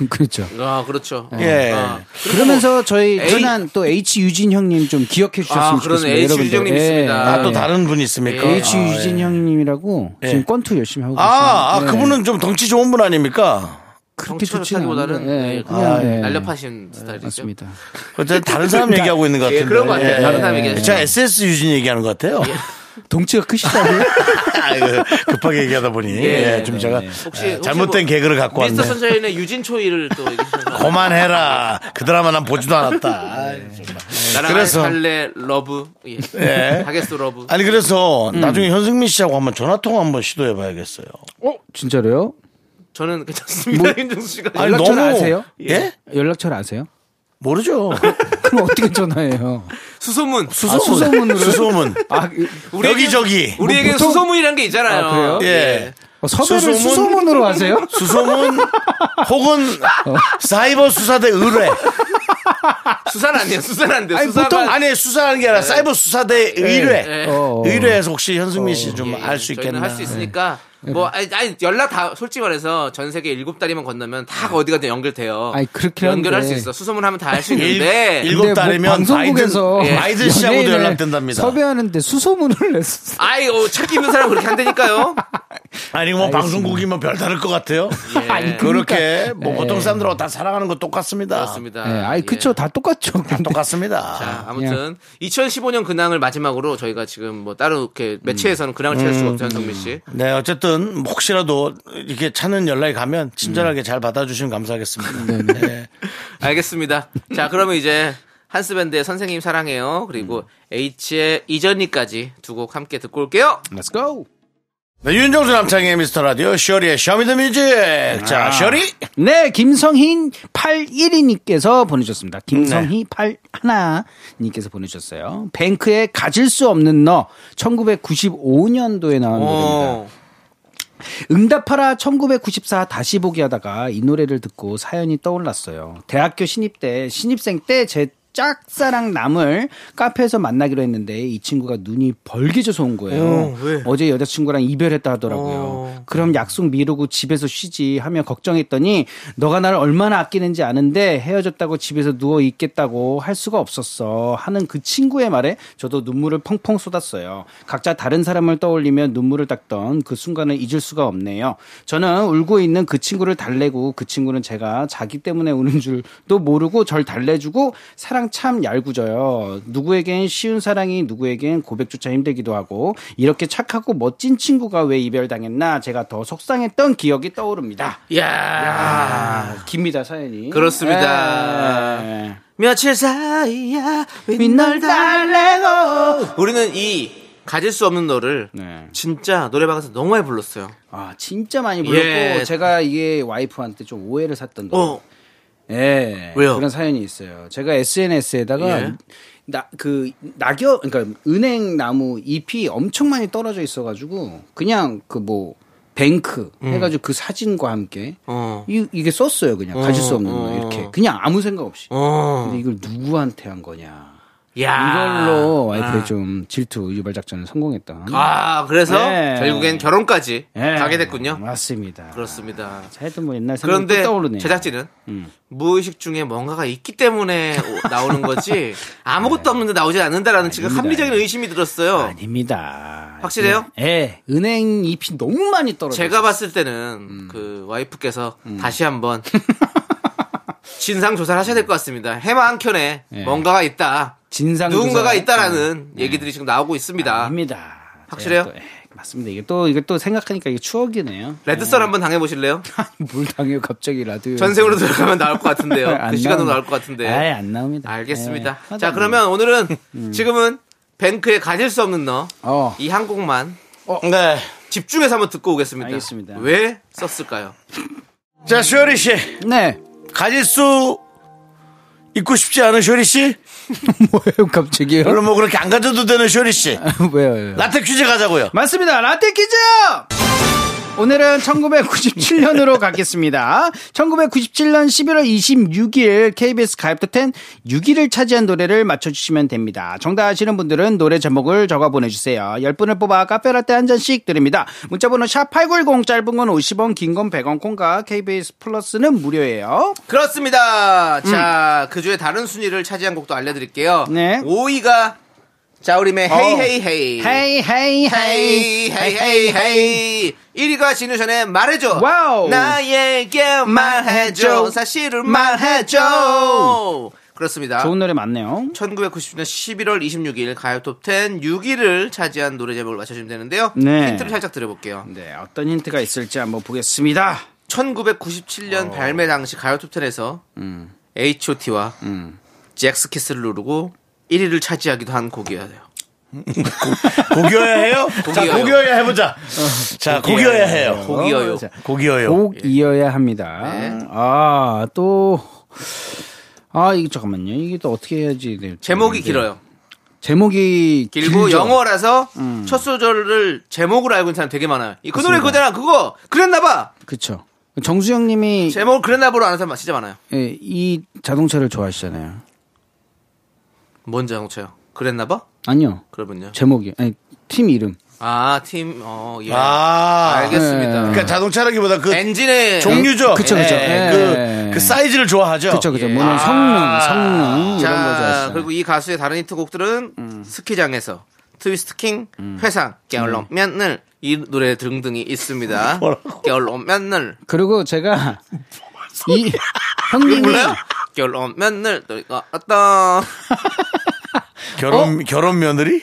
[SPEAKER 8] 그렇죠.
[SPEAKER 2] 아 그렇죠.
[SPEAKER 1] 예.
[SPEAKER 2] 아,
[SPEAKER 8] 그러면서 저희
[SPEAKER 2] A-
[SPEAKER 8] 흔한 또 H 유진 형님 좀 기억해 주셨으면
[SPEAKER 2] 아, 그러네.
[SPEAKER 8] 좋겠습니다.
[SPEAKER 2] H
[SPEAKER 8] 여러분들. 예.
[SPEAKER 2] 유진 형님 있습니다.
[SPEAKER 1] 아, 또 다른 분이 있습니까?
[SPEAKER 2] 예.
[SPEAKER 8] H 유진
[SPEAKER 1] 아, 예.
[SPEAKER 8] 형님이라고
[SPEAKER 1] 예.
[SPEAKER 8] 지금 권투 열심히 하고 계시요
[SPEAKER 1] 아, 아, 그분은 좀 덩치 좋은 분 아닙니까?
[SPEAKER 8] 그렇게
[SPEAKER 2] 정치를
[SPEAKER 8] 좋지는
[SPEAKER 2] 타기보다는
[SPEAKER 8] 않은데 예,
[SPEAKER 2] 예,
[SPEAKER 8] 그냥
[SPEAKER 1] 아,
[SPEAKER 8] 예.
[SPEAKER 2] 날렵하신 스타일이죠.
[SPEAKER 8] 맞습니다.
[SPEAKER 1] 어쨌든 다른 사람 얘기하고 있는 것
[SPEAKER 2] 예,
[SPEAKER 1] 같은데.
[SPEAKER 2] 그런 것 같아요. 다른 사람 얘기하시는 예.
[SPEAKER 1] 제가 SS 유진 얘기하는 것 같아요.
[SPEAKER 8] 덩치가 크시다고요?
[SPEAKER 1] 아이고, 급하게 얘기하다 보니
[SPEAKER 2] 예,
[SPEAKER 1] 예, 좀
[SPEAKER 2] 네,
[SPEAKER 1] 제가
[SPEAKER 2] 혹시-
[SPEAKER 8] 아,
[SPEAKER 1] 예,
[SPEAKER 2] 혹시
[SPEAKER 1] 잘못된
[SPEAKER 2] 뭐
[SPEAKER 1] 개그를 갖고 왔네.
[SPEAKER 2] 미스터 선샤인의 유진 초이를 또 얘기하셨나요?
[SPEAKER 1] 그만해라. 그 드라마 난 보지도 않았다. 아이, 정말.
[SPEAKER 2] 나랑
[SPEAKER 1] 그래서-
[SPEAKER 2] 할래 러브 예.
[SPEAKER 1] 예.
[SPEAKER 2] 하겠어 러브.
[SPEAKER 1] 아니 그래서
[SPEAKER 2] 음.
[SPEAKER 1] 나중에 현승민 씨하고 한번 전화 통화 한번 시도해 봐야겠어요.
[SPEAKER 8] 어 진짜로요?
[SPEAKER 2] 저는 괜찮습니다.
[SPEAKER 8] 뭐-
[SPEAKER 2] 윤정수 씨가
[SPEAKER 1] 아니,
[SPEAKER 8] 연락처 아세요?
[SPEAKER 1] 예?
[SPEAKER 8] 연락처를 아세요?
[SPEAKER 1] 모르죠.
[SPEAKER 8] 그럼 어떻게 전화해요?
[SPEAKER 2] 수소문.
[SPEAKER 1] 아, 수소문.
[SPEAKER 8] 수소문으로요?
[SPEAKER 1] 수소문.
[SPEAKER 8] 아, 이-
[SPEAKER 2] 우리에게-
[SPEAKER 1] 여기저기.
[SPEAKER 2] 우리에게
[SPEAKER 8] 뭐 보통-
[SPEAKER 2] 수소문이란 게 있잖아요.
[SPEAKER 8] 아, 그래요?
[SPEAKER 1] 예.
[SPEAKER 8] 어, 섭외를
[SPEAKER 1] 수소문?
[SPEAKER 8] 수소문? 으 로 하세요?
[SPEAKER 1] 수소문 혹은 사이버 수사대 의뢰.
[SPEAKER 2] 수산 아니에요. 수산 안 돼요.
[SPEAKER 8] 아니,
[SPEAKER 2] 수사가
[SPEAKER 8] 보통
[SPEAKER 1] 아니 수사하는 게 아니라 사이버 수사대 의뢰.
[SPEAKER 2] 예.
[SPEAKER 8] 어, 어.
[SPEAKER 1] 의뢰에서 혹시 현승민 씨 좀
[SPEAKER 8] 뭐
[SPEAKER 1] 알 수 있겠나?
[SPEAKER 2] 할수 있으니까
[SPEAKER 8] 예.
[SPEAKER 2] 뭐 아니, 아니, 연락 다 솔직히 말해서 전 세계 일곱 다리만 건너면 다 어디가든 연결돼요.
[SPEAKER 8] 아. 아니, 그렇긴
[SPEAKER 2] 연결할
[SPEAKER 8] 한데.
[SPEAKER 2] 수 있어. 수소문하면 다 할 수
[SPEAKER 1] 일,
[SPEAKER 2] 있는데
[SPEAKER 1] 일곱
[SPEAKER 8] 근데 뭐
[SPEAKER 1] 달이면
[SPEAKER 8] 방송국에서
[SPEAKER 1] 바이든, 바이든 씨하고도
[SPEAKER 8] 연예인을
[SPEAKER 1] 연락된답니다.
[SPEAKER 8] 섭외하는데 수소문을 냈어.
[SPEAKER 2] 아이 어, 찾기 힘든 사람 그렇게 한다니까요.
[SPEAKER 1] 아니 뭐 방송국이면 별다를 것 같아요.
[SPEAKER 2] 아니,
[SPEAKER 1] 그렇게 뭐 보통 사람들하고 다 살아가는 거 똑같습니다.
[SPEAKER 2] 그렇습니다. 예.
[SPEAKER 8] 네, 아이 그쵸 예. 다 똑같죠. 근데.
[SPEAKER 1] 똑같습니다.
[SPEAKER 2] 자, 아무튼 2015년 근황을 마지막으로 저희가 지금 뭐 따로 이렇게 매체에서는 근황을
[SPEAKER 8] 음,
[SPEAKER 2] 찾을 수가 없죠, 현성민 씨.
[SPEAKER 1] 네, 어쨌든 혹시라도 이렇게 찾는 연락이 가면 친절하게 잘 받아주시면 감사하겠습니다. 네.
[SPEAKER 2] 알겠습니다. 자, 그러면 이제 한스밴드의 선생님 사랑해요.
[SPEAKER 8] 음.
[SPEAKER 2] 그리고 H의 이전이까지 두 곡 함께 듣고 올게요.
[SPEAKER 8] Let's go.
[SPEAKER 1] 네, 윤정수 남창의 미스터 라디오 쇼리의 쇼미더뮤직. 자, 쇼리.
[SPEAKER 8] 네, 김성희 81이님께서 보내주셨습니다. 김성희 81님께서 보내주셨어요. 뱅크의 가질 수 없는 너, 1995년도에
[SPEAKER 2] 어,
[SPEAKER 8] 나온 노래입니다.
[SPEAKER 2] 오.
[SPEAKER 8] 응답하라 1994 다시 보기 하다가 이 노래를 듣고 사연이 떠올랐어요. 대학교 신입 때 신입생 때 제 짝사랑 남을 카페에서 만나기로 했는데 이 친구가 눈이 벌개져서 온 거예요. 어제 여자친구랑 이별했다 하더라고요. 그럼 약속 미루고 집에서 쉬지 하며 걱정했더니 너가 나를 얼마나 아끼는지 아는데 헤어졌다고 집에서 누워 있겠다고 할 수가 없었어 하는 그 친구의 말에 저도 눈물을 펑펑 쏟았어요. 각자 다른 사람을 떠올리며 눈물을 닦던 그 순간을 잊을 수가 없네요. 저는 울고 있는 그 친구를 달래고 그 친구는 제가 자기 때문에 우는 줄도 모르고 절 달래주고 사랑 세상 참 얄궂어요. 누구에겐 쉬운 사랑이 누구에겐 고백조차 힘들기도 하고 이렇게 착하고 멋진 친구가 왜 이별당했나 제가 더 속상했던 기억이 떠오릅니다.
[SPEAKER 2] 야
[SPEAKER 8] 아, 깁니다 사연이.
[SPEAKER 2] 그렇습니다.
[SPEAKER 8] 예.
[SPEAKER 2] 며칠 사이야 윗날 달래고 우리는 이 가질 수 없는 너를
[SPEAKER 8] 네. 진짜
[SPEAKER 2] 진짜 노래방에서 너무 많이 불렀어요.
[SPEAKER 8] 아 진짜 많이 불렀고
[SPEAKER 2] 예.
[SPEAKER 8] 제가 이게 와이프한테 좀 오해를 샀던 노래.
[SPEAKER 2] 어,
[SPEAKER 8] 예.
[SPEAKER 2] 왜요?
[SPEAKER 8] 그런 사연이 있어요. 제가 SNS에다가
[SPEAKER 2] 예.
[SPEAKER 8] 나, 그, 낙엽, 그러니까 은행 나무 잎이 엄청 많이 떨어져 있어가지고 그냥 그 뭐, 뱅크 해가지고 그 사진과 함께
[SPEAKER 2] 음. 어.
[SPEAKER 8] 이, 이게 썼어요. 그냥 가질 수 없는 거 이렇게. 그냥 아무 생각 없이.
[SPEAKER 2] 어, 아.
[SPEAKER 8] 근데 이걸 누구한테 한 거냐.
[SPEAKER 2] 야
[SPEAKER 8] 이걸로 와이프의 좀 질투 유발 작전을 성공했다.
[SPEAKER 2] 아, 그래서
[SPEAKER 8] 네.
[SPEAKER 2] 결국엔 결혼까지
[SPEAKER 8] 예.
[SPEAKER 2] 가게 됐군요.
[SPEAKER 8] 맞습니다.
[SPEAKER 2] 그렇습니다.
[SPEAKER 8] 하여튼 뭐 옛날 생각이
[SPEAKER 2] 그런데
[SPEAKER 8] 또 떠오르네요. 음.
[SPEAKER 2] 제작진은 무의식 중에 뭔가가 있기 때문에 오- 나오는 거지 아무것도 없는데 나오지 않는다라는 지금
[SPEAKER 8] 네. 아닙니다.
[SPEAKER 2] 합리적인 의심이 들었어요.
[SPEAKER 8] 아닙니다.
[SPEAKER 2] 확실해요?
[SPEAKER 8] 예. 은행 잎이 너무 많이 떨어져.
[SPEAKER 2] 제가 봤을 때는
[SPEAKER 8] 음.
[SPEAKER 2] 그 와이프께서 다시 한번 진상 조사를 하셔야 될 것 같습니다. 해마 한 켠에
[SPEAKER 8] 예.
[SPEAKER 2] 뭔가가 있다.
[SPEAKER 8] 진상
[SPEAKER 2] 누군가가
[SPEAKER 8] 조사. 음. 네.
[SPEAKER 2] 있다라는 얘기들이 지금 나오고 있습니다.
[SPEAKER 8] 아닙니다.
[SPEAKER 2] 확실해요?
[SPEAKER 8] 제가 또, 예, 맞습니다. 이게 또 이게 또 생각하니까 이게 추억이네요. 예. 네.
[SPEAKER 2] 레드썬 한번 당해보실래요?
[SPEAKER 8] 뭘 당해요 갑자기 라디오. 아,
[SPEAKER 2] 전생으로 들어가면 나올 것 같은데요.
[SPEAKER 8] 네, 안
[SPEAKER 2] 그 시간으로
[SPEAKER 8] 나옵니다.
[SPEAKER 2] 나올 것 같은데.
[SPEAKER 8] 아예 안 나옵니다.
[SPEAKER 2] 알겠습니다.
[SPEAKER 8] 예,
[SPEAKER 2] 자,
[SPEAKER 8] 하다
[SPEAKER 2] 그러면 오늘은 지금은 뱅크에 가질 수 없는 너.
[SPEAKER 8] 어.
[SPEAKER 2] 이 한 곡만
[SPEAKER 1] 네.
[SPEAKER 2] 집중해서 한번 듣고 오겠습니다.
[SPEAKER 8] 알겠습니다.
[SPEAKER 2] 왜 썼을까요?
[SPEAKER 1] 자, 쇼리 씨.
[SPEAKER 8] 보니. 네.
[SPEAKER 1] 가질 수 있고 싶지 않은 쇼리 씨?
[SPEAKER 8] 뭐예요 갑자기요?
[SPEAKER 1] 별로 뭐 그렇게 안 가져도 되는 쇼리 씨.
[SPEAKER 8] 왜요? 왜요?
[SPEAKER 1] 라떼 퀴즈 가자고요.
[SPEAKER 8] 맞습니다. 라떼 퀴즈! 오늘은 1997년으로 가겠습니다. 1997년 11월 26일 KBS 가입도 10 6위를 차지한 노래를 맞춰주시면 됩니다. 정답 아시는 분들은 노래 제목을 적어 보내주세요. 10분을 뽑아 카페라떼 한 잔씩 드립니다. 문자번호 샵8910 짧은 건 50원, 긴 건 100원, 콩과 KBS 플러스는 무료예요.
[SPEAKER 2] 그렇습니다. 자, 그 중에 다른 순위를 차지한 곡도 알려드릴게요.
[SPEAKER 8] 네.
[SPEAKER 2] 5위가 자우림의
[SPEAKER 8] 어.
[SPEAKER 2] 헤이 헤이 헤이.
[SPEAKER 8] 헤이 헤이 헤이
[SPEAKER 2] 헤이 헤이 헤이 헤이 1위가 진우션의 말해줘
[SPEAKER 8] 와우.
[SPEAKER 2] 나에게 말해줘 사실을 말해줘 그렇습니다
[SPEAKER 8] 좋은 노래 많네요.
[SPEAKER 2] 1990년 11월 26일 가요톱 10 6위를 차지한 노래 제목을 맞춰주시면 되는데요
[SPEAKER 8] 네.
[SPEAKER 2] 힌트를 살짝 드려볼게요
[SPEAKER 8] 네, 어떤 힌트가 있을지 한번 보겠습니다.
[SPEAKER 1] 어.
[SPEAKER 2] 1997년 발매 당시 가요톱 10에서
[SPEAKER 1] 음.
[SPEAKER 2] H.O.T.와 잭스키스를 누르고 1위를 차지하기도 한 곡이에요
[SPEAKER 1] 고겨야 해요? 자,
[SPEAKER 2] 고겨요.
[SPEAKER 1] 고겨야 해보자. 자, 고겨야 해요.
[SPEAKER 2] 곡이어요 예.
[SPEAKER 1] 고겨요.
[SPEAKER 8] 곡이어야 합니다.
[SPEAKER 2] 네.
[SPEAKER 8] 아, 또. 아, 이거 잠깐만요. 이게 또 어떻게 해야지 될지.
[SPEAKER 2] 제목이
[SPEAKER 1] 음, 네.
[SPEAKER 8] 모르겠는데.
[SPEAKER 2] 길어요
[SPEAKER 8] 제목이
[SPEAKER 2] 길고
[SPEAKER 8] 길죠.
[SPEAKER 2] 영어라서
[SPEAKER 1] 음.
[SPEAKER 2] 첫 소절을 제목으로 알고 있는 사람 되게 많아요. 이 그 노래 그거잖아. 그거 그랬나봐.
[SPEAKER 8] 그쵸. 정수영 님이
[SPEAKER 2] 제목을 그랬나봐로 아는 사람 진짜 많아요.
[SPEAKER 8] 예, 이 자동차를 좋아하시잖아요.
[SPEAKER 2] 뭔지 안 고쳐요. 그랬나봐?
[SPEAKER 8] 아니요.
[SPEAKER 2] 그러면요.
[SPEAKER 8] 제목이. 아니, 팀 이름.
[SPEAKER 2] 아 팀, 어 예.
[SPEAKER 1] 아.
[SPEAKER 2] 알겠습니다.
[SPEAKER 1] 그러니까 자동차라기보다 그
[SPEAKER 2] 엔진의
[SPEAKER 1] 종류죠.
[SPEAKER 8] 그쵸, 그쵸.
[SPEAKER 1] 예,
[SPEAKER 8] 예.
[SPEAKER 1] 그, 그 사이즈를 좋아하죠.
[SPEAKER 8] 그쵸, 그쵸.
[SPEAKER 2] 예.
[SPEAKER 8] 물론
[SPEAKER 2] 아.
[SPEAKER 8] 성능, 성능. 음, 이런 음. 거
[SPEAKER 2] 자
[SPEAKER 8] 좋아하시잖아요.
[SPEAKER 2] 그리고 이 가수의 다른 히트곡들은 스키장에서 트위스트킹,
[SPEAKER 8] 음.
[SPEAKER 2] 회상, 깨얼면늘 이 노래 등등이 있습니다. 깨얼면늘
[SPEAKER 8] 그리고 제가 이 형님이
[SPEAKER 2] 몰라요? 깨얼면늘 너희가 어떤
[SPEAKER 1] 결혼, 결혼 며느리?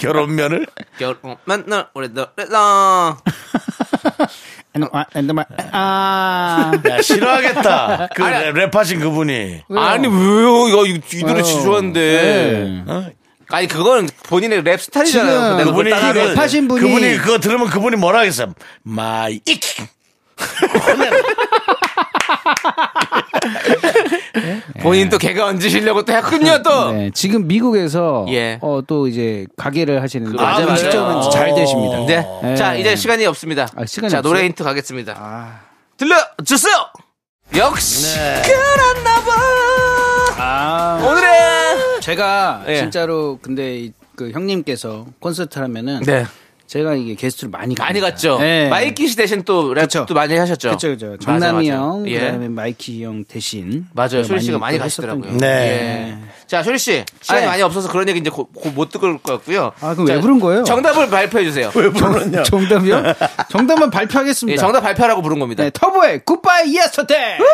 [SPEAKER 1] 결혼 며느리?
[SPEAKER 2] 깨얼면늘 우리 노래다.
[SPEAKER 8] 아, and my- 아.
[SPEAKER 1] 야, 싫어하겠다. 그 랩- 랩하신 그분이.
[SPEAKER 2] 아니 왜요? 이거 이, 이 노래 진짜 좋아하는데.
[SPEAKER 1] 어?
[SPEAKER 2] 아니 그건 본인의 랩 스타일이잖아요.
[SPEAKER 8] 네. 지금
[SPEAKER 2] 내가
[SPEAKER 1] 그분이
[SPEAKER 2] 그걸 따라
[SPEAKER 1] 그-
[SPEAKER 8] 랩하신 분이-
[SPEAKER 1] 그분이 그거 들으면 그분이 뭐라 하겠어요? 마이 이킹.
[SPEAKER 2] 본인 또 개가 얹으시려고 또 했군요 또.
[SPEAKER 8] 네, 지금 미국에서
[SPEAKER 2] 어. 예.
[SPEAKER 8] 어, 또 이제 가게를 하시는데
[SPEAKER 2] 아, 맞아요.
[SPEAKER 8] 음식점은 잘 되십니다.
[SPEAKER 2] 네.
[SPEAKER 8] 네.
[SPEAKER 2] 자 이제 시간이 없습니다.
[SPEAKER 8] 아, 시간이
[SPEAKER 2] 자 노래
[SPEAKER 8] 없어요? 아.
[SPEAKER 2] 힌트 가겠습니다. 들려주세요. 역시 그랬나봐.
[SPEAKER 8] 네. 아,
[SPEAKER 2] 오늘의
[SPEAKER 8] 제가
[SPEAKER 2] 예.
[SPEAKER 8] 진짜로 근데 이- 그 형님께서 콘서트 하면은
[SPEAKER 2] 네
[SPEAKER 8] 제가 이게 게스트를 많이 갑니다.
[SPEAKER 2] 많이 갔죠.
[SPEAKER 8] 네.
[SPEAKER 2] 마이키 씨 대신 또
[SPEAKER 8] 그쵸.
[SPEAKER 2] 랩도 많이 하셨죠.
[SPEAKER 8] 그쵸 그쵸. 정남이
[SPEAKER 2] 맞아, 맞아.
[SPEAKER 8] 형,
[SPEAKER 2] 예.
[SPEAKER 8] 그다음에 마이키 형 대신
[SPEAKER 2] 맞아요. 쇼리 씨가
[SPEAKER 8] 많이
[SPEAKER 2] 많이
[SPEAKER 8] 또
[SPEAKER 2] 가시더라고요.
[SPEAKER 8] 했었던
[SPEAKER 1] 네.
[SPEAKER 2] 예. 자, 쇼리 씨. 시간이 많이 없어서 그런 얘기 이제 고- 고- 못 듣을 것 같고요.
[SPEAKER 8] 아, 그럼
[SPEAKER 2] 자,
[SPEAKER 8] 왜 부른 거예요?
[SPEAKER 2] 정답을 발표해 주세요.
[SPEAKER 1] 왜 불렀냐?
[SPEAKER 8] 네, 정답이요? 정답만
[SPEAKER 2] 예,
[SPEAKER 8] 발표하겠습니다.
[SPEAKER 2] 정답 발표하라고 부른 겁니다.
[SPEAKER 8] 네, 터보의 굿바이 예스터데이.
[SPEAKER 2] 그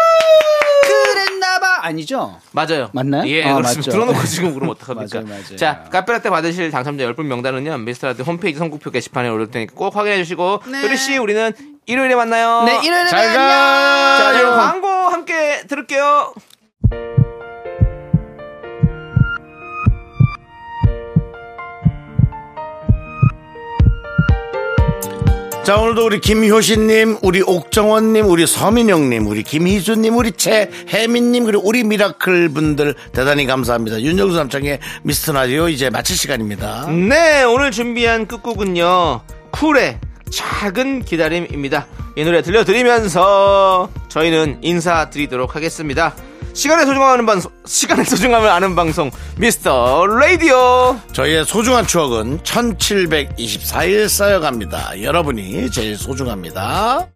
[SPEAKER 8] 그랬나봐 아니죠?
[SPEAKER 2] 맞아요.
[SPEAKER 8] 맞나요?
[SPEAKER 2] 예,
[SPEAKER 8] 아,
[SPEAKER 2] 그렇습니다.
[SPEAKER 8] 맞죠.
[SPEAKER 2] 들어놓고 지금 그러면 어떡합니까?
[SPEAKER 8] 맞아요, 맞아요.
[SPEAKER 2] 자, 카페라떼 받으실 당첨자 10분 명단은요, 미스터라떼 홈페이지 선곡표 게시판에 올릴 테니까 꼭 확인해 주시고, 효리씨, 우리는 일요일에 만나요.
[SPEAKER 8] 네, 일요일에
[SPEAKER 2] 잘 가! 자, 여러분 광고 함께 들을게요.
[SPEAKER 1] 자 오늘도 우리 김효신님, 우리 옥정원님, 우리 서민영님, 우리 김희수님, 우리 최혜민님 그리고 우리 미라클 분들 대단히 감사합니다. 윤정수 남창의 미스터 라디오 이제 마칠 시간입니다.
[SPEAKER 2] 네, 오늘 준비한 끝곡은요, 쿨의 작은 기다림입니다. 이 노래 들려드리면서 저희는 인사드리도록 하겠습니다. 시간의 소중함을 아는 방송, 시간의 소중함을 아는 방송, 미스터 라디오.
[SPEAKER 1] 저희의 소중한 추억은 1724일 쌓여갑니다. 여러분이 제일 소중합니다.